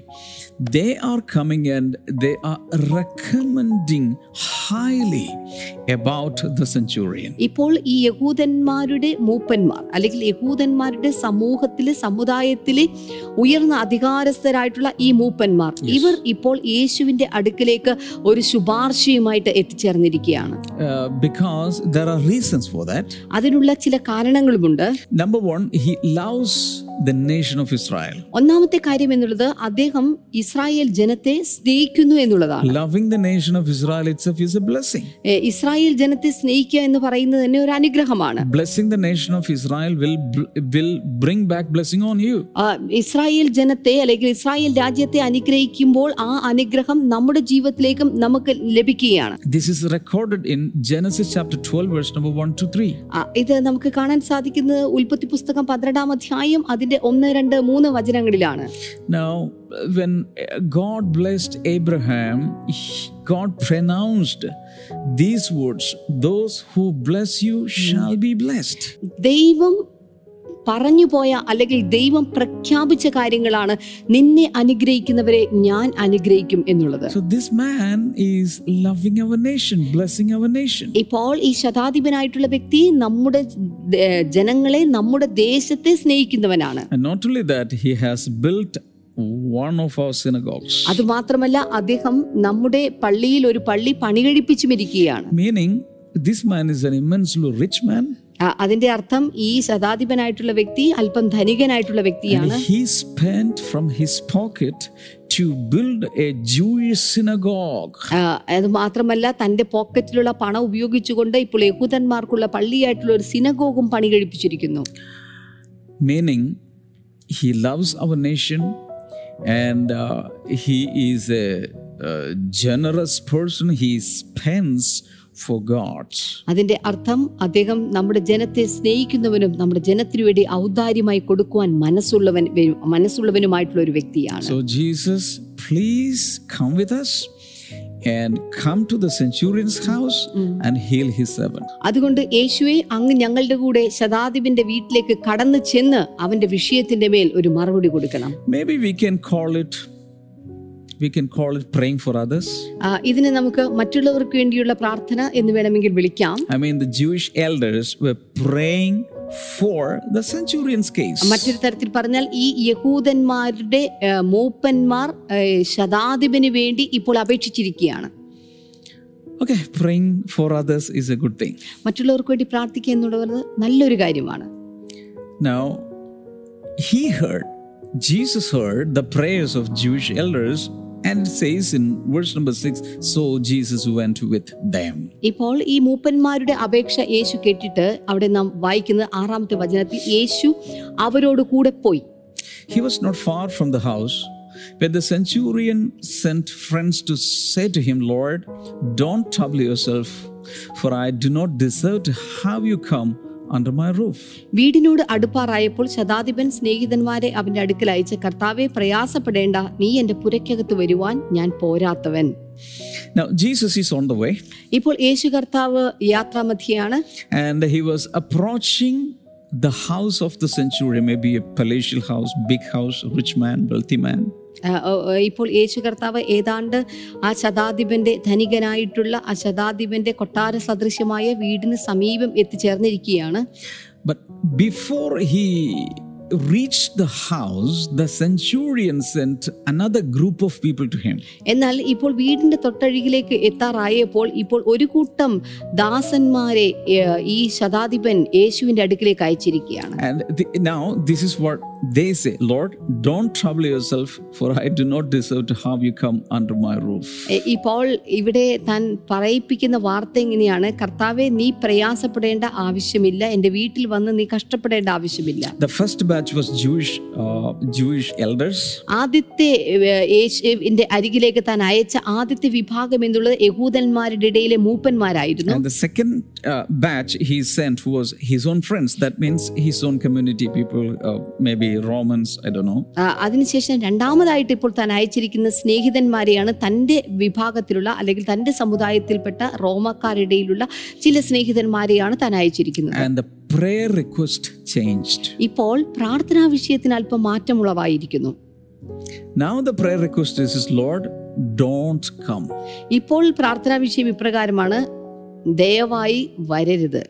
S1: they are coming and they are recommending highly about the centurion.
S2: ഇപ്പോൾ ഈ യഹൂദന്മാരുടെ മൂപ്പന്മാർ അല്ലെങ്കിൽ യഹൂദന്മാരുടെ സമൂഹത്തിലെ സമുദായത്തിലെ ഉയർന്ന അധികാരസ്ഥരായിട്ടുള്ള ഈ മൂപ്പന്മാർ ഇവർ ഇപ്പോൾ യേശുവിന്റെ അടുക്കിലേക്ക് ഒരു ശുപാർശയുമായിട്ട് എത്തിച്ചേർന്നിരിക്കുകയാണ്
S1: Uh, because there are reasons for that.
S2: അതിനുള്ള ചില കാരണങ്ങളുമുണ്ട്
S1: Number one, he loves the nation of Israel.
S2: ഒന്നാമത്തെ കാര്യം എന്നുള്ളത് അദ്ദേഹം ഇസ്രായേൽ ജനത്തെ സ്നേഹിക്കുന്നു എന്നുള്ളതാണ്
S1: Loving the nation of Israel itself is a blessing.
S2: ഏ, ഇസ്രായേൽ ജനത്തെ സ്നേഹിക്കുക എന്ന് പറയുന്നത് തന്നെ ഒരു അനുഗ്രഹമാണ്
S1: Blessing the nation of Israel will, will bring back blessing on you.
S2: ആ, ഇസ്രായേൽ ജനത്തെ അല്ലെങ്കിൽ ഇസ്രായേൽ രാജ്യത്തെ അനുഗ്രഹിക്കുമ്പോൾ ആ അനുഗ്രഹം നമ്മുടെ ജീവിതത്തിലേക്കും നമുക്ക് ലഭിക്കുകയാണ്
S1: This is recorded in Genesis chapter 12, verse number 1 to 3.
S2: ആ, ഇത് നമുക്ക് കാണാൻ സാധിക്കുന്നത് ഉൽപ്പത്തി പുസ്തകം പന്ത്രണ്ടാം അധ്യായം അതിന്റെ ഒന്ന് രണ്ട് മൂന്ന് വചനങ്ങളിലാണ്
S1: Now, when uh, God blessed Abraham, he- God pronounced these words Those who bless you shall be blessed.
S2: ദൈവം പറഞ്ഞു പോയ അല്ലെങ്കിൽ ദൈവം പ്രഖ്യാപിച്ച കാര്യങ്ങളാണ് നിന്നെ അനുഗ്രഹിക്കുന്നവരെ ഞാൻ അനുഗ്രഹിക്കും എന്നുള്ളത്
S1: So, this man is loving our nation, blessing our nation.
S2: ഇപ്പോൾ ഈ ശതാധിപനായിട്ടുള്ള വ്യക്തി നമ്മുടെ ദ- ജനങ്ങളെ നമ്മുടെ ദേശത്തെ സ്നേഹിക്കുന്നവനാണ്
S1: And not only that, he has built one of our synagogues.
S2: അതുമാത്രമല്ല അദ്ദേഹം നമ്മുടെ പള്ളിയിൽ ഒരു പള്ളി പണികഴിപ്പിച്ചും ഇരിക്കുകയാണ്
S1: Meaning, this man is an immensely rich man.
S2: ആ, അതിന്റെ അർത്ഥം ഈ ശതാധിപനായിട്ടുള്ള വ്യക്തി അല്പം ധനികനായിട്ടുള്ള
S1: And
S2: വ്യക്തിയാണ്
S1: he spent from his pocket to build a Jewish synagogue.
S2: ആ, അത് മാത്രമല്ല തന്റെ പോക്കറ്റിലുള്ള പണം ഉപയോഗിച്ചുകൊണ്ട് ഇപ്പോൾ യഹൂദന്മാർക്കുള്ള പള്ളിയായിട്ടുള്ള ഒരു സിനഗോഗും പണി കഴിപ്പിച്ചിരിക്കുന്നു
S1: Meaning, he loves our nation and uh, he is a, a generous person. He spends for God.
S2: അതിന്റെ അർത്ഥം അദ്ദേഹം നമ്മുടെ ജനത്തെ സ്നേഹിക്കുന്നവനും നമ്മുടെ ജനത്തിനു വേണ്ടി ഔദാര്യമായി കൊടുക്കുവാൻ മനസ്സുള്ളവൻ വരും- മനസ്സുള്ളവനുമായിട്ടുള്ള ഒരു വ്യക്തിയാണ്
S1: So, Jesus, please come with us and come to the centurion's house and heal his servant.
S2: അതുകൊണ്ട് യേശുവെ അങ്ങ് ഞങ്ങളുടെ കൂടെ ശതാധിപന്റെ വീട്ടിലേക്ക് കടന്നു ചെന്ന് അവന്റെ വിഷയത്തിന്റെ മേൽ ഒരു മറുപടി കൊടുക്കണം
S1: Maybe we can call it we can call it praying for others.
S2: ആ, ഇതിനെ നമുക്ക് മറ്റുള്ളവർക്ക് വേണ്ടിയുള്ള പ്രാർത്ഥന എന്ന് വേണമെങ്കിൽ വിളിക്കാം
S1: I mean, the Jewish elders were praying for the centurion's case.
S2: മറ്റൊരു തരത്തിൽ പറഞ്ഞാൽ ഈ യഹൂദന്മാരുടെ ആ, മൂപ്പന്മാർ ആ, ശതാധിപന് വേണ്ടി ഇപ്പോൾ അപേക്ഷിച്ചിരിക്കുകയാണ്
S1: Okay, praying for others is a good thing.
S2: മറ്റുള്ളവർക്ക് വേണ്ടി പ്രാർത്ഥിക്കുക എന്നുള്ളത് നല്ലൊരു കാര്യമാണ്
S1: Now, he heard, Jesus heard the prayers of Jewish elders and it says in verse number 6 so Jesus went with them.
S2: ഇപ്പോൾ ഈ മൂപ്പന്മാരുടെ അപേക്ഷ യേശു കേട്ടിട്ട് അവിടെ നാം വായിക്കുന്നത് ആറാമത്തെ വചനത്തിൽ യേശു അവരോട് കൂടെ പോയി
S1: He was not far from the house when the centurion sent friends to say to him, Lord, don't trouble yourself, for I do not deserve to have you come under my roof.
S2: വീടിനോട് അടുപ്പാറായപ്പോൾ ശതാധിപൻ സ്നേഹിതന്മാരെ അവന്റെ അടുക്കൽ അയച്ച് കർത്താവെ പ്രയാസപ്പെടേണ്ട നീ എന്റെ പുരയ്ക്കകത്ത് വരുവാൻ ഞാൻ പോരാത്തവൻ
S1: Now, Jesus is on the way
S2: ഇപ്പോൾ യേശു കർത്താവ് യാത്രാമധ്യയാണ്
S1: and he was approaching the house of the centurion, maybe a palatial house, big house, rich man, wealthy man.
S2: ആ, ഓ, ഓ, ഇപ്പോൾ യേശു കർത്താവ് ഏതാണ്ട് ആ ശതാധിപന്റെ ധനികനായിട്ടുള്ള ആ ശതാധിപന്റെ കൊട്ടാര സദൃശ്യമായ വീടിന് സമീപം എത്തിച്ചേർന്നിരിക്കുകയാണ്
S1: But before he reached the house, the centurion sent another group of people to him.
S2: എന്നാൽ ഇപ്പോൾ വീടിന്റെ തൊട്ടഴികിലേക്ക് എത്താറായപ്പോൾ ഇപ്പോൾ ഒരു കൂട്ടം ദാസന്മാരെ ഏ, ഈ ശതാധിപൻ യേശുവിന്റെ അടുക്കിലേക്ക് അയച്ചിരിക്കുകയാണ്
S1: And th- now this is what they say Lord, don't trouble yourself, for I do not deserve to have you come under my roof.
S2: ഏ, ഇപ്പോൾ ഇവിടെ താൻ പറയിപ്പിക്കുന്ന വാർത്ത ഇങ്ങനെയാണ് കർത്താവെ നീ പ്രയാസപ്പെടേണ്ട ആവശ്യമില്ല എൻ്റെ വീട്ടിൽ വന്ന് നീ കഷ്ടപ്പെടേണ്ട ആവശ്യമില്ല
S1: The first batch was Jewish, uh, Jewish elders,
S2: ആദ്യത്തെ ഏ, യേശുവിന്റെ അരികിലേക്ക് താൻ അയച്ച ആദ്യത്തെ വിഭാഗം എന്നുള്ളത് യഹൂദന്മാരുടെ ഇടയിലെ മൂപ്പന്മാരായിരുന്നു
S1: and the second uh, batch he sent was his own friends. That means his own community people, uh, maybe Romans, I don't know.
S2: ആ, അതിനുശേഷം രണ്ടാമതായിട്ട് ഇപ്പോൾ താൻ അയച്ചിരിക്കുന്ന സ്നേഹിതന്മാരെയാണ് തൻ്റെ വിഭാഗത്തിലുള്ള അല്ലെങ്കിൽ തൻ്റെ സമുദായത്തിൽപ്പെട്ട റോമക്കാരിടയിലുള്ള ചില സ്നേഹിതന്മാരെയാണ് താൻ അയച്ചിരിക്കുന്നത്
S1: And the prayer request changed.
S2: ഇപ്പോൾ പ്രാർത്ഥനാ വിഷയത്തിന് അല്പം മാറ്റമുളവായിരിക്കുന്നു
S1: Now the prayer request is, is Lord, don't come.
S2: ഇപ്പോൾ പ്രാർത്ഥനാ വിഷയം ഇപ്രകാരമാണ് ദയവായി വരരുത്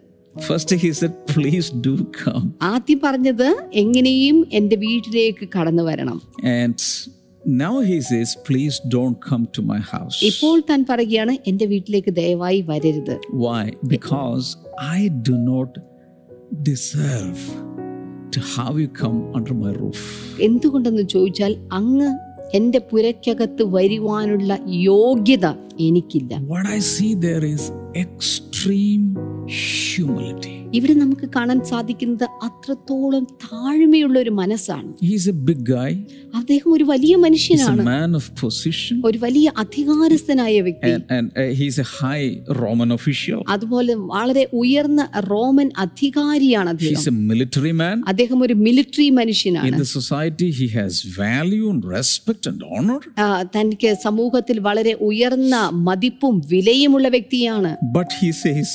S1: First he said, please do come.
S2: ആദ്യം പറഞ്ഞത് എങ്ങനെയും എൻ്റെ വീട്ടിലേക്ക് കടന്നു വരണം
S1: And now he says, please don't come to my house.
S2: ഇപ്പോൾ താൻ പറയുകയാണ് എൻ്റെ വീട്ടിലേക്ക് ദയവായി വരരുത്
S1: Why? Because I do not deserve to have you come under my roof.
S2: എന്തുകൊണ്ടെന്ന് ചോദിച്ചാൽ അങ്ങ് എൻ്റെ പുരയ്ക്കകത്ത് വരുവാനുള്ള യോഗ്യത എനിക്കില്ല
S1: What I see there is extreme humility.
S2: ഇവിടെ നമുക്ക് കാണാൻ സാധിക്കുന്നത് അത്രത്തോളം താഴ്മയുള്ള ഒരു മനസ്സാണ്
S1: He's a big guy,
S2: അദ്ദേഹം ഒരു വലിയ
S1: he's a
S2: മനുഷ്യനാണ്
S1: man of position,
S2: ഒരു വലിയ അധികാരസ്ഥനായ വ്യക്തി
S1: and, and uh, he's a high Roman official.
S2: അതുപോലെ വളരെ ഉയർന്ന റോമൻ അധികാരിയാണ് അദ്ദേഹം
S1: He's a military man.
S2: അദ്ദേഹം ഒരു മിലിറ്ററി മനുഷ്യനാണ്
S1: In the society, he has value and respect and honor.
S2: ആ, തനിക്ക് സമൂഹത്തിൽ വളരെ ഉയർന്ന മതിപ്പും വിലയുമുള്ള വ്യക്തിയാണ്
S1: But he says,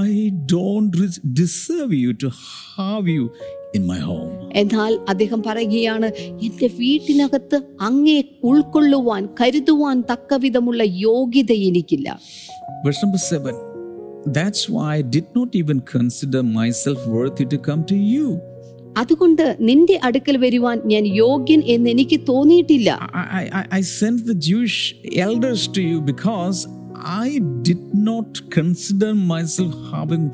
S1: I don't res- deserve you to have you in my home.
S2: എന്നാൽ അദ്ദേഹം പറയുകയാണ് എൻ്റെ വീട്ടിനകത്ത് അങ്ങേ ഉൾക്കൊള്ളുവാൻ കരുതുവാൻ തക്ക വിധമുള്ള യോഗ്യത എനിക്കില്ല
S1: Verse number seven. That's why I did not even consider myself worthy to come to you.
S2: അതുകൊണ്ട് നിന്റെ അടുക്കൽ വരുവാൻ ഞാൻ യോഗ്യൻ എന്ന് എനിക്ക് തോന്നിയിട്ടില്ല
S1: I, I, I- I sent the Jewish elders to you because I did not consider myself having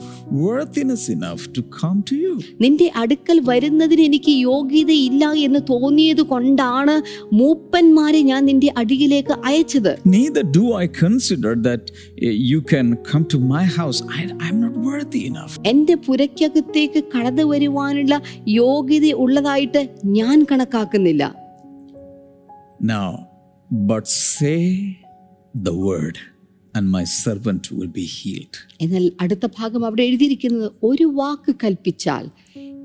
S1: worthiness enough to come to you.
S2: നിന്റെ അടുക്കൽ വരുന്നതിന് എനിക്ക് യോഗ്യതയില്ല എന്ന് തോന്നിയത് കൊണ്ടാണ് മൂപ്പന്മാരെ ഞാൻ നിന്റെ അടിയിലേക്ക് അയച്ചത്
S1: Neither do I consider that eh, you can come to my house. I, I'm not worthy enough.
S2: എൻ്റെ പുരയ്ക്കകത്തേക്ക് കടന്നു വരുവാനുള്ള യോഗ്യത ഉള്ളതായിട്ട് ഞാൻ കണക്കാക്കുന്നില്ല
S1: Now, but say the word, and my servant will be healed.
S2: എന്നാൽ അടുത്ത ഭാഗം അവിടെ എഴുതിയിരിക്കുന്നത് ഒരു വാക്ക് കൽപ്പിച്ചാൽ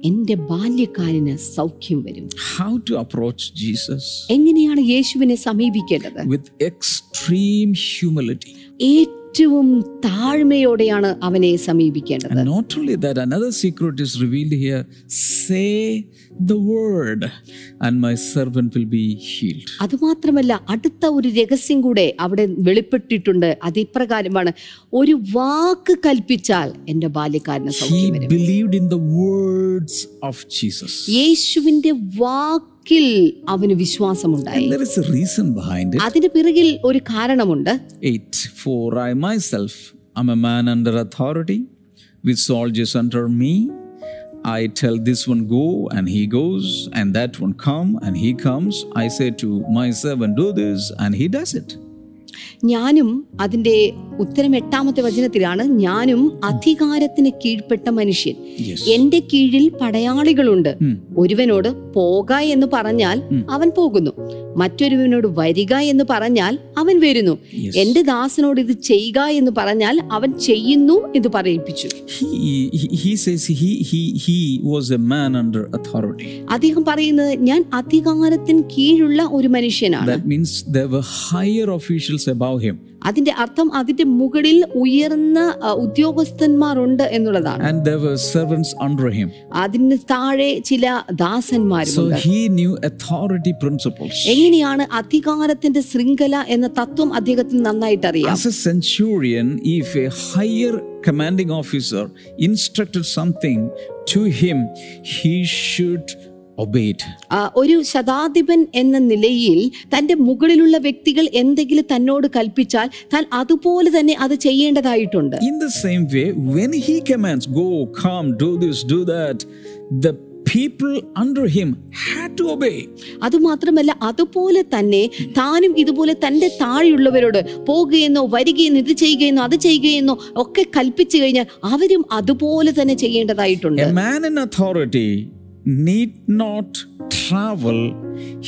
S2: എൻ്റെ ബാല്യക്കാരന് സൗഖ്യം വരും
S1: How to approach Jesus?
S2: എങ്ങനെയാണ് യേശുവിനെ സമീപിക്കേണ്ടത്
S1: With extreme humility.
S2: ഏറ്റവും ഏറ്റവും താഴ്മയോടെയാണ് അവനെ സമീപിക്കേണ്ടത്
S1: And not only that, another secret is revealed here say the word, and my servant will be healed.
S2: അതുമാത്രമല്ല അടുത്ത ഒരു രഹസ്യം കൂടെ അവിടെ വെളിപ്പെട്ടിട്ടുണ്ട് അത് ഇപ്രകാരമാണ് ഒരു വാക്ക് കൽപ്പിച്ചാൽ എൻ്റെ ബാല്യക്കാരന് സൗഖ്യം
S1: He believed in the words of Jesus.
S2: യേശുവിന്റെ വാക്കിൽ അവന് വിശ്വാസമുണ്ടായി
S1: There is a reason behind it.
S2: അതിന് പിറകിൽ ഒരു കാരണമുണ്ട്
S1: 8. For I myself am a man under authority, with soldiers under me. I tell this one go and he goes, and that one come and he comes. I say to my servant do this and he does it.
S2: ഞാനും അതിന്റെ ഉത്തരം എട്ടാമത്തെ വചനത്തിലാണ് ഞാനും അധികാരത്തിന് കീഴ്പ്പെട്ട മനുഷ്യൻ
S1: Yes.
S2: എന്റെ കീഴിൽ പടയാളികളുണ്ട്
S1: ഉം.
S2: ഒരുവനോട് പോക എന്ന് പറഞ്ഞാൽ അവൻ പോകുന്നു മറ്റൊരുവനോട് വരിക എന്ന് പറഞ്ഞാൽ അവൻ വരുന്നു
S1: Yes.
S2: എന്റെ ദാസനോട് ഇത് ചെയ്യുക എന്ന് പറഞ്ഞാൽ അവൻ ചെയ്യുന്നു എന്ന് പറയിപ്പിച്ചു
S1: He, he, he says he, he, he was a man under authority.
S2: അദ്ദേഹം പറയുന്നത് ഞാൻ അധികാരത്തിന് കീഴുള്ള ഒരു മനുഷ്യനാണ്
S1: That means there were higher officials above him,
S2: അതിന്റെ അർത്ഥം അതിന്റെ മുകളിൽ ഉയർന്ന അ, ഉദ്യോഗസ്ഥന്മാരുണ്ട് എന്നുള്ളതാണ്
S1: and there were servants under him.
S2: അതിന് താഴെ ചില
S1: So
S2: ദാസന്മാരുമുണ്ട്
S1: he knew authority principles.
S2: എങ്ങനെയാണ് അധികാരത്തിന്റെ ശൃംഖല എന്ന തത്വം അദ്ദേഹത്തിന് നന്നായിട്ട് അറിയാം
S1: As a centurion, if a higher commanding officer instructed something to him, he should obey it.
S2: ആ, ഒരു ശതാധിപൻ എന്ന നിലയിൽ തന്റെ മുകളിലുള്ള വ്യക്തികൾ എന്തെങ്കിലും തന്നോട് കൽപ്പിച്ചാൽ താൻ അതുപോലെ തന്നെ അത് ചെയ്യേണ്ടതായിട്ടുണ്ട്
S1: In the same way, when he commands, go, come, do this, do that, the people under him had to obey.
S2: അതുമാത്രമല്ല അതുപോലെ തന്നെ താനും ഇതുപോലെ തന്റെ താഴെയുള്ളവരോട് പോകുകയെന്നോ വരികയെന്നോ ഇത് ചെയ്യുകയെന്നോ അത് ചെയ്യുകയെന്നോ ഒക്കെ കൽപ്പിച്ചു കഴിഞ്ഞാൽ അവരും അതുപോലെ തന്നെ ചെയ്യേണ്ടതായിട്ടുണ്ട്
S1: A man in authority need not travel,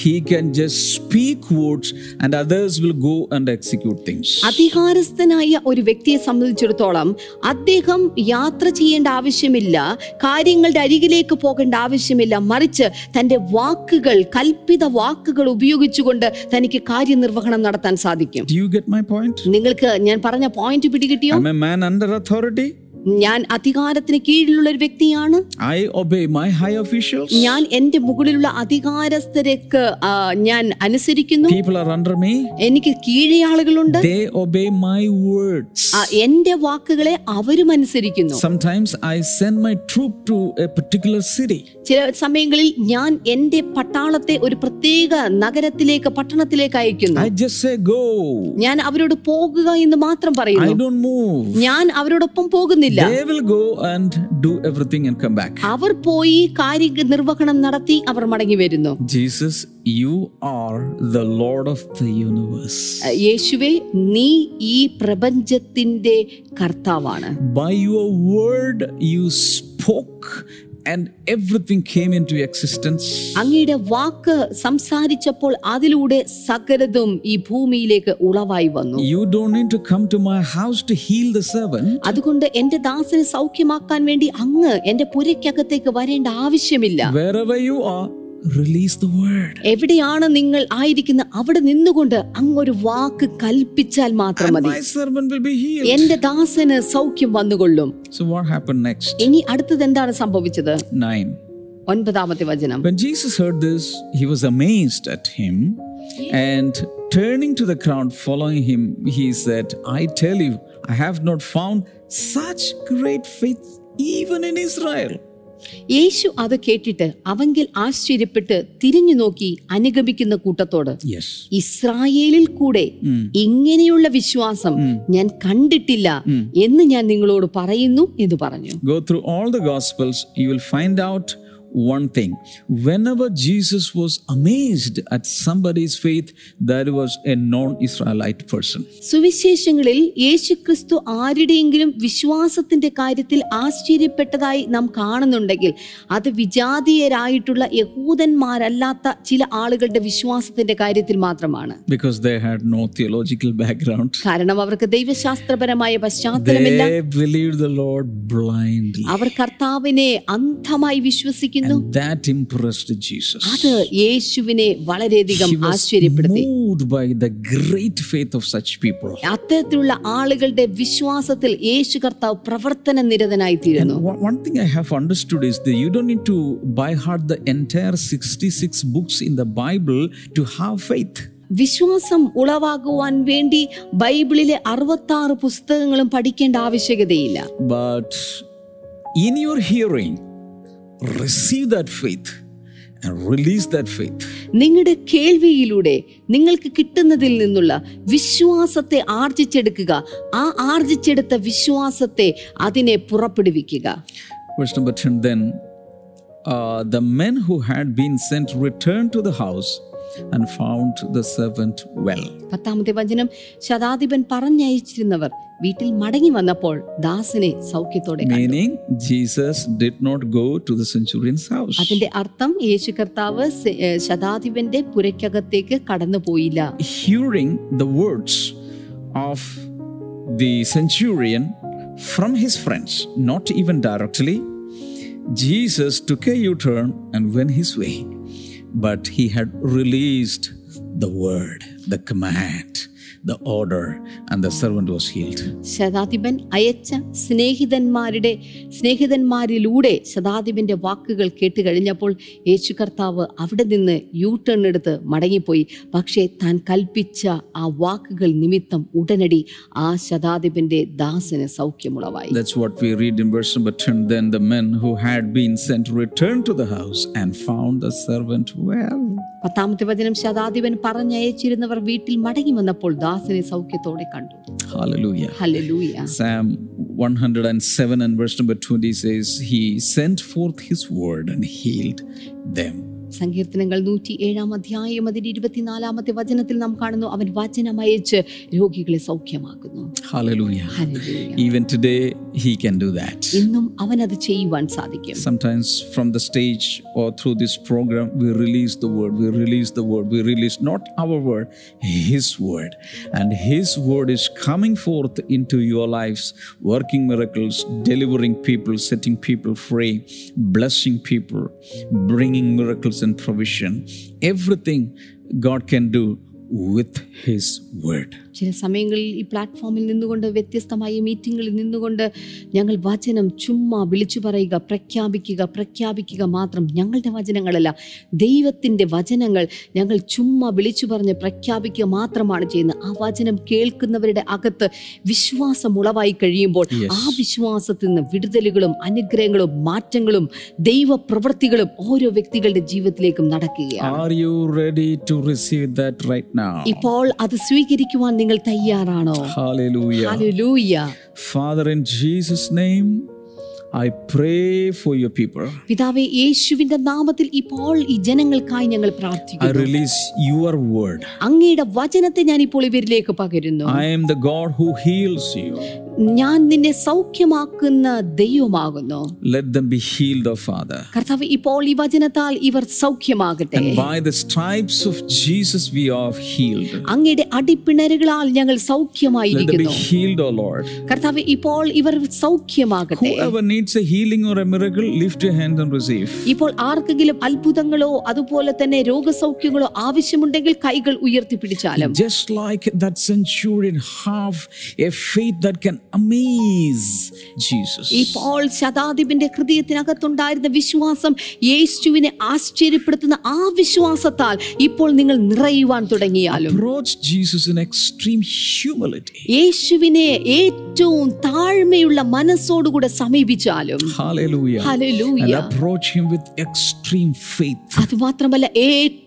S1: he can just speak words and others will go and execute things.
S2: അധികാരസ്ഥനായ ഒരു വ്യക്തിയെ സംബന്ധിച്ചിടത്തോളം അദ്ദേഹം യാത്ര ചെയ്യേണ്ട ആവശ്യമില്ല കാര്യങ്ങളുടെ അരികിലേക്ക് പോകേണ്ട ആവശ്യമില്ല മറിച്ച് തന്റെ വാക്കുകൾ കൽപ്പിത വാക്കുകൾ ഉപയോഗിച്ചുകൊണ്ട് തനിക്ക് കാര്യനിർവഹണം നടത്താൻ സാധിക്കും
S1: Do you get my point?
S2: നിങ്ങൾക്ക് ഞാൻ പറഞ്ഞ പോയിന്റ് പിടികിട്ടിയോ
S1: I'm a man under authority.
S2: ഞാൻ അധികാരത്തിന് കീഴിലുള്ള ഒരു വ്യക്തിയാണ്
S1: I obey my high officials.
S2: ഞാൻ എന്റെ മുകളിലുള്ള അധികാരസ്ഥരേക്ക് ആ, ഞാൻ അനുസരിക്കുന്നു
S1: People are under me.
S2: എനിക്ക് കീഴെ ആളുകളുണ്ട്
S1: They obey my words.
S2: ആ, എന്റെ വാക്കുകളെ അവരും അനുസരിക്കുന്നു
S1: Sometimes I send my troop to a particular city.
S2: ചില സമയങ്ങളിൽ ഞാൻ എന്റെ പട്ടാളത്തെ ഒരു പ്രത്യേക നഗരത്തിലേക്ക് പട്ടണത്തിലേക്ക് അയക്കുന്നു
S1: I just say go.
S2: ഞാൻ അവരോട് പോകുക എന്ന് മാത്രം
S1: I
S2: പറയുന്നു
S1: don't move.
S2: ഞാൻ അവരോടൊപ്പം പോകുന്നില്ല
S1: They will go and do everything and come back.
S2: അവർ പോയി കാര്യ നിർവഹണം നടത്തി അവർ മടങ്ങി വരുന്നു
S1: Jesus, you are the Lord of the universe.
S2: യേശുവെ നീ ഈ പ്രപഞ്ചത്തിന്റെ കർത്താവാണ്
S1: By your word, you spoke and everything came into existence.
S2: അങ്ങയുടെ വാക്ക് സംസാരിച്ചപ്പോൾ അതിലൂടെ സകലതും ഈ ഭൂമിയിലേക്ക് ഉളവായി വന്നു
S1: You don't need to come to my house to heal the servant.
S2: അതുകൊണ്ട് എന്റെ ദാസനെ സൗഖ്യമാക്കാൻ വേണ്ടി അങ്ങ് എന്റെ പുരയ്ക്കകത്തേക്ക് വരേണ്ട ആവശ്യമില്ല
S1: Wherever you are, release the word.
S2: എവിടെയാണ് നിങ്ങൾ ആയിരിക്കുന്ന അവിടെ നിന്നുകൊണ്ട് അങ്ങൊരു വാക്ക് കൽപ്പിച്ചാൽ മാത്രം
S1: And
S2: മതി
S1: my servant will be healed.
S2: എന്റെ ദാസന് സൗഖ്യം വന്നുകൊള്ളും
S1: So, what happened next?
S2: ഇനി അടുത്തത് എന്താണ് സംഭവിച്ചത്
S1: 9.
S2: ഒൻപതാമത്തെ വചനം
S1: When Jesus heard this, he was amazed at him. And turning to the crowd following him, he said, I tell you, I have not found such great faith even in Israel.
S2: യേശു അത് കേട്ടിട്ട് അവങ്കിൽ ആശ്ചര്യപ്പെട്ട് തിരിഞ്ഞു നോക്കി അനുഗമിക്കുന്ന കൂട്ടത്തോട്
S1: Yes.
S2: ഇസ്രായേലിൽ കൂടെ ഇങ്ങനെയുള്ള വിശ്വാസം ഞാൻ കണ്ടിട്ടില്ല എന്ന് ഞാൻ നിങ്ങളോട് പറയുന്നു എന്ന് പറഞ്ഞു
S1: Go through all the Gospels, you will find out one thing. Whenever Jesus was amazed at somebody's faith, that was a non Israelite person.
S2: സുവിശേഷങ്ങളിൽ യേശുക്രിസ്തു ആരുടെയെങ്കിലും വിശ്വാസത്തിന്റെ കാര്യത്തിൽ ആശ്ചര്യപ്പെട്ടതായി നാം കാണുന്നുണ്ടെങ്കിൽ അത് വിജാതീയരായിട്ടുള്ള യഹൂദന്മാരല്ലാത്ത ചില ആളുകളുടെ വിശ്വാസത്തിന്റെ കാര്യത്തിൽ മാത്രമാണ്
S1: because they had no theological background.
S2: കാരണം അവർക്ക് ദൈവശാസ്ത്രപരമായ പശ്ചാത്തലമില്ല
S1: They believed the Lord blindly.
S2: അവർ കർത്താവിനെ അന്ധമായി വിശ്വസിക്കുന്നു ചെയ്തിരുന്നു
S1: And that impressed Jesus.
S2: അത് യേശുവിനെ വളരെയധികം
S1: He was
S2: ആശ്ചര്യപ്പെടുത്തി
S1: moved by the great faith of such people.
S2: അത്തരത്തിലുള്ള ആളുകളുടെ വിശ്വാസത്തിൽ യേശു കർത്താവ് പ്രവർത്തന നിരതനായി തീരുന്നു
S1: One one thing I have understood is that you don't need to by heart the entire 66 books in the Bible to have faith.
S2: വിശ്വാസം ഉളവാകുവാൻ വേണ്ടി ബൈബിളിലെ അറുപത്താറ് പുസ്തകങ്ങളും പഠിക്കേണ്ട ആവശ്യകതയില്ല
S1: But in your hearing, receive that faith and release that faith.
S2: നിങ്ങളുടെ കേൾവിയിലൂടെ നിങ്ങൾക്ക് കിട്ടുന്നതിൽ നിന്നുള്ള വിശ്വാസത്തെ ആർജിച്ചെടുക്കുക ആ ആർജിച്ചെടുത്ത വിശ്വാസത്തെ അതിനെ പുറപ്പെടുവിക്കുക
S1: Verse number 10 Then uh, the men who had been sent returned to the house and found the servant well.
S2: പത്താമത്തെ വചനം ശതാധിപൻ പറഞ്ഞയച്ചിരുന്നവർ വീട്ടിൽ മടങ്ങി വന്നപ്പോൾ ദാസനെ സൗഖ്യത്തോടെ കണ്ടു.
S1: Meaning, Jesus did not go to the centurion's house.
S2: അതിന്റെ അർത്ഥം യേശു കർത്താവ് സ- ഏ, ശതാധിപന്റെ പുരയ്ക്കകത്തേക്ക് കടന്നു പോയില്ല
S1: Hearing the words of the centurion from his friends, not even directly, Jesus took a U turn and went his way. But he had released the word, the command, the order, and the servant was healed.
S2: ശതാധിപൻ അയച്ച സ്നേഹിതന്മാരുടെ സ്നേഹിതന്മാരിലൂടെ ശതാധിപന്റെ വാക്കുകൾ കേട്ട് കഴിഞ്ഞപ്പോൾ യേശു കർത്താവ് അവിടെ നിന്ന് you turn എടുത്ത് മടങ്ങിപ്പോയി പക്ഷേ താൻ കൽപ്പിച്ച ആ വാക്കുകൾ നിമിത്തം ഉടനടി ആ ശതാധിപന്റെ ദാസന് സൗഖ്യമുളവായി
S1: That's what we read in verse number 10. Then the men who had been sent returned to the house and found the servant well.
S2: പത്താമത്തെ വചനം ശതാധിപൻ പറഞ്ഞയച്ചിരുന്നവർ വീട്ടിൽ മടങ്ങി വന്നപ്പോൾ ദാസനെ സൗഖ്യത്തോടെ കണ്ടു
S1: Hallelujah.
S2: ഹല്ലേലൂയ
S1: Psalm 107 and verse number 20 says, He sent forth His word and healed them.
S2: സങ്കീർത്തനങ്ങൾ നൂറ്റി ഏഴാം അധ്യായം അതിന്റെ ഇരുപത്തിനാലാമത്തെ വചനത്തിൽ നാം കാണുന്നു അവൻ വചനം അയച്ച് രോഗികളെ സൗഖ്യമാക്കുന്നു
S1: Hallelujah.
S2: ഹല്ലേലൂയ.
S1: Even today, He can do that.
S2: ഇന്നും അവൻ അത് ചെയ്യുവാൻ സാധിക്കും
S1: Sometimes from the stage or through this program, we release the word, we release the word, we release not our word, His word. And His word is coming forth into your lives, working miracles, delivering people, setting people free, blessing people, bringing miracles and provision. Everything God can do with His word.
S2: ചില സമയങ്ങളിൽ ഈ പ്ലാറ്റ്ഫോമിൽ നിന്നുകൊണ്ട് വ്യത്യസ്തമായ മീറ്റിങ്ങളിൽ നിന്നുകൊണ്ട് ഞങ്ങൾ വചനം ചുമ്മാ വിളിച്ചു പറയുക പ്രഖ്യാപിക്കുക പ്രഖ്യാപിക്കുക മാത്രം ഞങ്ങളുടെ വചനങ്ങളല്ല ദൈവത്തിൻ്റെ വചനങ്ങൾ ഞങ്ങൾ ചുമ്മാ വിളിച്ചു പറഞ്ഞ് പ്രഖ്യാപിക്കുക മാത്രമാണ് ചെയ്യുന്നത് ആ വചനം കേൾക്കുന്നവരുടെ അകത്ത് വിശ്വാസം ഉളവായി കഴിയുമ്പോൾ
S1: Yes.
S2: ആ വിശ്വാസത്തിൽ നിന്ന് വിടുതലുകളും അനുഗ്രഹങ്ങളും മാറ്റങ്ങളും ദൈവപ്രവൃത്തികളും ഓരോ വ്യക്തികളുടെ ജീവിതത്തിലേക്കും നടക്കുകയാണ്
S1: Are you ready to receive that right now?
S2: ഇപ്പോൾ അത് സ്വീകരിക്കുവാൻ നിങ്ങൾ തയ്യാറാണോ
S1: Hallelujah.
S2: ഹല്ലേലൂയ
S1: Father, in Jesus' name, I pray for your people.
S2: പിതാവേ യേശുവിന്റെ നാമത്തിൽ ഇപ്പോൾ ഈ ജനങ്ങൾക്കായി ഞങ്ങൾ
S1: I
S2: പ്രാർത്ഥിക്കുന്നു
S1: release your word.
S2: അങ്ങയുടെ വചനത്തെ ഞാൻ ഇപ്പോൾ ഇവരിലേക്ക് പകരുന്നു
S1: I am the God who heals you.
S2: ഞാൻ നിന്നെ സൗഖ്യമാക്കുന്ന ദൈവമാകുന്നു
S1: Let them be healed, O Father.
S2: കർത്താവ് ഇപ്പോൾ ഈ വചനത്താൽ ഇവർ സൗഖ്യമാകട്ടെ
S1: By the stripes of Jesus, we are healed.
S2: അങ്ങയുടെ അടിപ്പിണരുകളാൽ ഞങ്ങൾ
S1: Let them be
S2: സൗഖ്യമായിരിക്കുന്നു
S1: healed, O Lord.
S2: കർത്താവ് ഇപ്പോൾ ഇവർ സൗഖ്യമാകട്ടെ
S1: Whoever needs a healing or a miracle, lift your hand and receive.
S2: ഇപ്പോൾ ആർക്കെങ്കിലും അത്ഭുതങ്ങളോ അതുപോലെ തന്നെ രോഗസൗഖ്യങ്ങളോ ആവശ്യമുണ്ടെങ്കിൽ കൈകൾ ഉയർത്തിപ്പിടിച്ചാലും
S1: Just like that centurion, have a faith that can amaze
S2: ഈ
S1: Jesus.
S2: പോൾ ശതാധിപന്റെ ഹൃദയത്തിനകത്തുണ്ടായിരുന്ന വിശ്വാസം യേശുവിനെ ആശ്ചര്യപ്പെടുത്തുന്ന ആ വിശ്വാസത്താൽ ഇപ്പോൾ നിങ്ങൾ നിറയുവാൻ തുടങ്ങിയാലും
S1: Approach Jesus in extreme humility.
S2: യേശുവിനെ ഏറ്റവും താഴ്മയുള്ള മനസ്സോടുകൂടെ സമീപിച്ചാലും
S1: Hallelujah.
S2: Hallelujah.
S1: And approach him with extreme faith.
S2: അതുമാത്രമല്ല ഏറ്റവും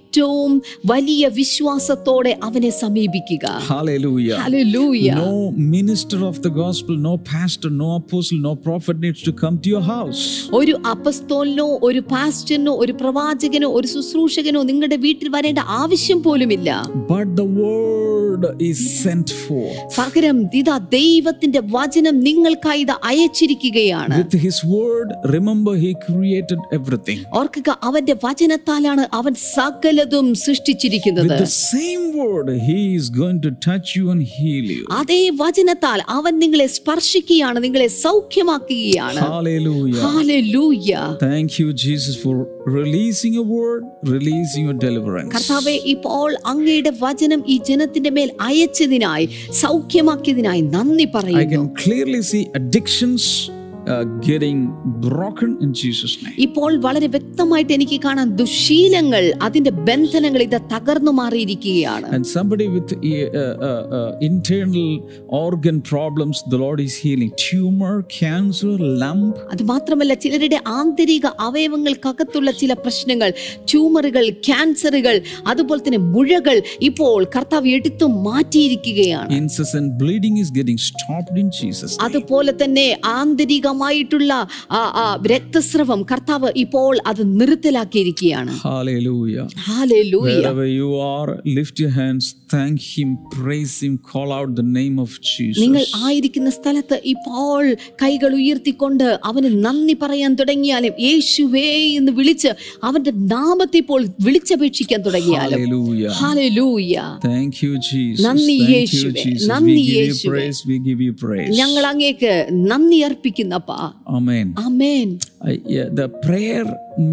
S2: വലിയ വിശ്വാസത്തോടെ അവനെ സമീപിക്കുക
S1: Hallelujah.
S2: ഹല്ലേലൂയ
S1: No minister of the gospel, no pastor, no apostle, no prophet needs to come to your house.
S2: ഒരു അപ്പസ്തോലിനോ ഒരു പാസ്റ്റനോ ഒരു പ്രവാചകനോ ഒരു ശുശ്രൂഷകനോ നിങ്ങളുടെ വീട്ടിൽ വരേണ്ട ആവശ്യം പോലുമില്ല
S1: But the word is sent forth.
S2: പകരം ഇതാ ദൈവത്തിന്റെ വചനം നിങ്ങൾക്കായി ഇത് അയച്ചിരിക്കുകയാണ്
S1: With his word, remember he created everything.
S2: ഓർക്കുക അവന്റെ വചനത്താലാണ് അവൻ സകല സകലതും സൃഷ്ടിച്ചിരിക്കുന്നത്
S1: With the same word, He is going to touch you and heal you.
S2: അതേ വചനത്താൽ അവൻ നിങ്ങളെ സ്പർശിക്കുകയാണ് നിങ്ങളെ സൗഖ്യമാക്കുകയാണ്
S1: Hallelujah.
S2: ഹാലൂയ്യ
S1: Thank you, Jesus, for releasing your word, releasing your deliverance.
S2: കർത്താവെ ഇപ്പോൾ അങ്ങയുടെ വചനം ഈ ജനത്തിന്റെ മേൽ അയച്ചതിനായി സൗഖ്യമാക്കിയതിനായി നന്ദി
S1: I
S2: പറയുന്നു
S1: can clearly see addictions uh, getting broken in Jesus' name.
S2: ഇപ്പോൾ വളരെ വ്യക്തമായിട്ട് എനിക്ക് കാണാൻ ദുശീലങ്ങൾ അതിന്റെ ബന്ധനങ്ങൾ ഇത് തകർന്നു മാറിയിരിക്കുകയാണ്
S1: And somebody with uh, uh, uh, internal organ problems, the Lord is healing. Tumor, cancer, lump.
S2: അത് മാത്രമല്ല ചിലരുടെ ആന്തരിക അവയവങ്ങൾക്കകത്തുള്ള ചില പ്രശ്നങ്ങൾ ട്യൂമറുകൾ ക്യാൻസറുകൾ അതുപോലെ തന്നെ മുഴകൾ ഇപ്പോൾ കർത്താവ് എടുത്തു മാറ്റിയിരിക്കുകയാണ്
S1: Incessant bleeding is getting stopped in Jesus' name.
S2: അതുപോലെ തന്നെ ആന്തരികമായിട്ടുള്ള ആ, ആ, രക്തസ്രവം കർത്താവ് ഇപ്പോൾ അത് നിർത്തലാക്കിയിരിക്കുകയാണ്
S1: Hallelujah.
S2: ഹാലൂയ
S1: Wherever you are, lift your hands, thank Him, praise Him, call out the name of
S2: നിങ്ങൾ
S1: Jesus.
S2: ആയിരിക്കുന്ന സ്ഥലത്ത് ഇപ്പോൾ കൈകൾ ഉയർത്തിക്കൊണ്ട് അവന് നന്ദി പറയാൻ തുടങ്ങിയാലും യേശുവേ എന്ന് വിളിച്ച് അവന്റെ നാമത്തെ ഇപ്പോൾ വിളിച്ചപേക്ഷിക്കാൻ തുടങ്ങിയാലും
S1: Hallelujah.
S2: ഹാലൂയ
S1: Thank you, Jesus.
S2: നന്ദി
S1: Thank you,
S2: യേശുവേ.
S1: Jesus. We
S2: നന്ദി
S1: give you
S2: യേശുവേ.
S1: praise. We give you praise.
S2: ഞങ്ങൾ അങ്ങേക്ക് നന്ദി അർപ്പിക്കുന്നപ്പാ
S1: Amen.
S2: Amen
S1: I- Uh, yeah, the prayer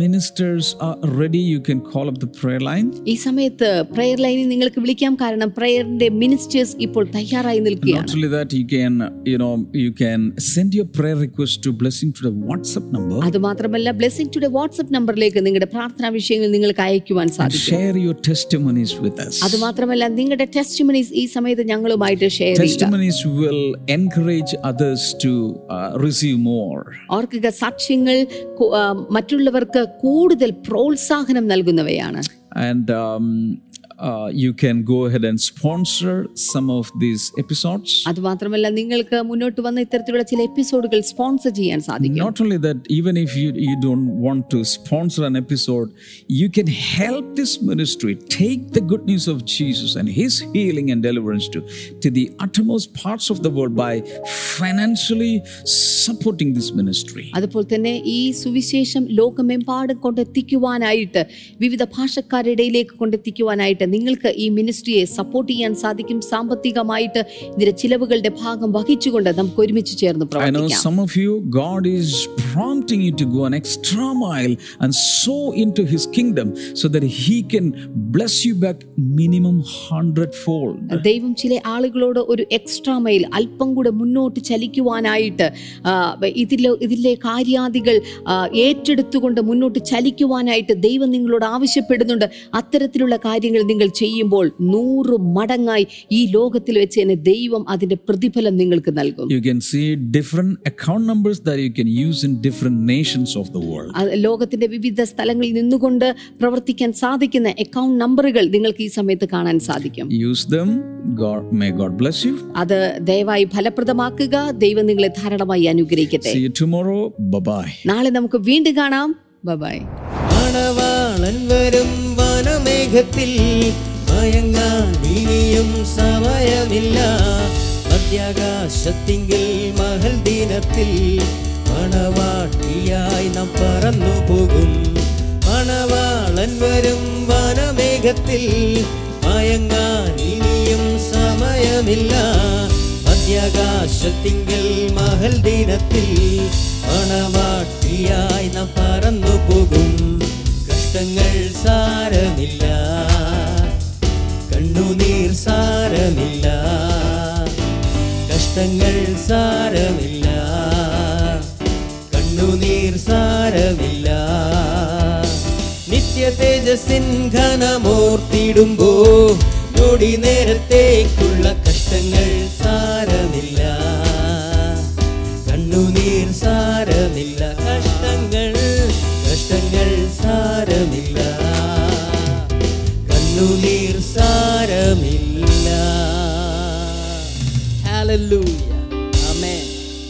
S1: ministers are ready. You can call up the prayer line.
S2: ഈ സമയത്ത് prayer ലൈനിൽ നിങ്ങൾക്ക് വിളിക്കാം കാരണം പ്രെയറിന്റെ മിനിസ്റ്റേഴ്സ് ഇപ്പോൾ തയ്യാറായി നിൽക്കുകയാണ്
S1: Not only that, you can, you know, you can send your prayer request to blessing to the WhatsApp number
S2: അത് മാത്രമല്ല ബ്ലെസ്സിംഗ് ടുഡേ വാട്സ്ആപ്പ് നമ്പറിലേക്ക് നിങ്ങളുടെ പ്രാർത്ഥനാ വിഷയങ്ങൾ നിങ്ങൾക്ക് അയക്കുവാൻ
S1: and
S2: സാധിക്കും
S1: share your testimonies with us.
S2: അത് മാത്രമല്ല നിങ്ങളുടെ ടെസ്റ്റ് ഈ സമയത്ത് ഞങ്ങളുമായിട്ട് ഷെയർ ചെയ്യുക
S1: Testimonies will encourage others to uh, receive more.
S2: ഓർക്കുക സാക്ഷ്യങ്ങൾ കു- ആ, മറ്റുള്ളവർക്ക് കൂടുതൽ പ്രോത്സാഹനം നൽകുന്നവയാണ്
S1: And um, uh, you can go ahead and sponsor some of these episodes.
S2: അത് മാത്രമല്ല നിങ്ങൾക്ക് മുന്നോട്ട് വന്ന ഇത്തരത്തിലുള്ള ചില എപ്പിസോഡുകൾ സ്പോൺസർ ചെയ്യാൻ സാധിക്കും
S1: Not only that, even if you, you don't want to sponsor an episode, you can help this ministry take the good news of Jesus and his healing and deliverance to, to the uttermost parts of the world by financially supporting this ministry.
S2: അതുപോലെ തന്നെ ഈ സുവിശേഷം ലോകമെമ്പാടും കൊണ്ടെത്തിക്കുവാനായിട്ട് വിവിധ ഭാഷക്കാരുടെ ഇടയിലേക്ക് കൊണ്ടെത്തിക്കുവാനായിട്ട് നിങ്ങൾക്ക് ഈ മിനിസ്ട്രിയെ support ചെയ്യാൻ സാധിക്കും സാമ്പത്തികമായിട്ട് ഇതിന്റെ ചിലവുകളുടെ ഭാഗം വഹിച്ചുകൊണ്ട് നമുക്ക് ഒരുമിച്ച് ചേർന്ന്
S1: I know
S2: പ്രവർത്തിക്കാം
S1: some of you, God is prompting you to go an extra mile and sow into His kingdom so that He can bless you back minimum hundredfold.
S2: ദൈവം ചില ആളുകളോട് ഒരു എക്സ്ട്രാ മൈൽ അല്പം കൂടെ മുന്നോട്ട് ചലിക്കുവാനായിട്ട് ആ, ഇതിലെ ഇതിലെ കാര്യാദികൾ ആ, ഏറ്റെടുത്തുകൊണ്ട് മുന്നോട്ട് ചലിക്കുവാനായിട്ട് ദൈവം നിങ്ങളോട് ആവശ്യപ്പെടുന്നുണ്ട് അത്തരത്തിലുള്ള കാര്യങ്ങൾ നിങ്ങൾ ചെയ്യുമ്പോൾ നൂറ് മടങ്ങായി ഈ ലോകത്തിൽ വെച്ച് തന്നെ ദൈവം അതിന്റെ പ്രതിഫലം നിങ്ങൾക്ക് നൽകും
S1: You can see different account numbers that you can use in different nations of the world.
S2: അത് ലോകത്തിന്റെ വിവിധ സ്ഥലങ്ങളിൽ നിന്നുകൊണ്ട് പ്രവർത്തിക്കാൻ സാധിക്കുന്ന അക്കൗണ്ട് നമ്പറുകൾ നിങ്ങൾക്ക് ഈ സമയത്ത് കാണാൻ സാധിക്കും
S1: Use them. God may God bless you.
S2: അത് ദയവായി ഫലപ്രദമാക്കുക ദൈവം നിങ്ങളെ ധാരാളമായി അനുഗ്രഹിക്കട്ടെ
S1: See you tomorrow. Bye bye.
S2: നാളെ നമുക്ക് വീണ്ടും കാണാം ബൈ
S3: മണവാളൻ വരും വനമേഘത്തിൽ മയങ്ങാൻ ഇനിയും സമയമില്ല മധ്യാകാശത്തിങ്കിൽ മഹൽ ദിനത്തിൽ മണവാട്ടിയായി നാം പറന്നു പോകും മണവാളൻ വരും വനമേഘത്തിൽ മയങ്ങാൻ ഇനിയും സമയമില്ല മധ്യാകാശത്തിങ്കിൽ മഹൽ ദിനത്തിൽ മണവാട്ടിയായി നാം പറന്നു പോകും കഷ്ടങ്ങൾ സാരമില്ല കണ്ണുനീർ സാരമില്ല കഷ്ടങ്ങൾ സാരമില്ല കണ്ണുനീർ സാരമില്ല നിത്യ തേജസ്സിൻ ഘനമോർത്തിടുമ്പോ ഞൊടി നേരത്തേക്കുള്ള കഷ്ടങ്ങൾ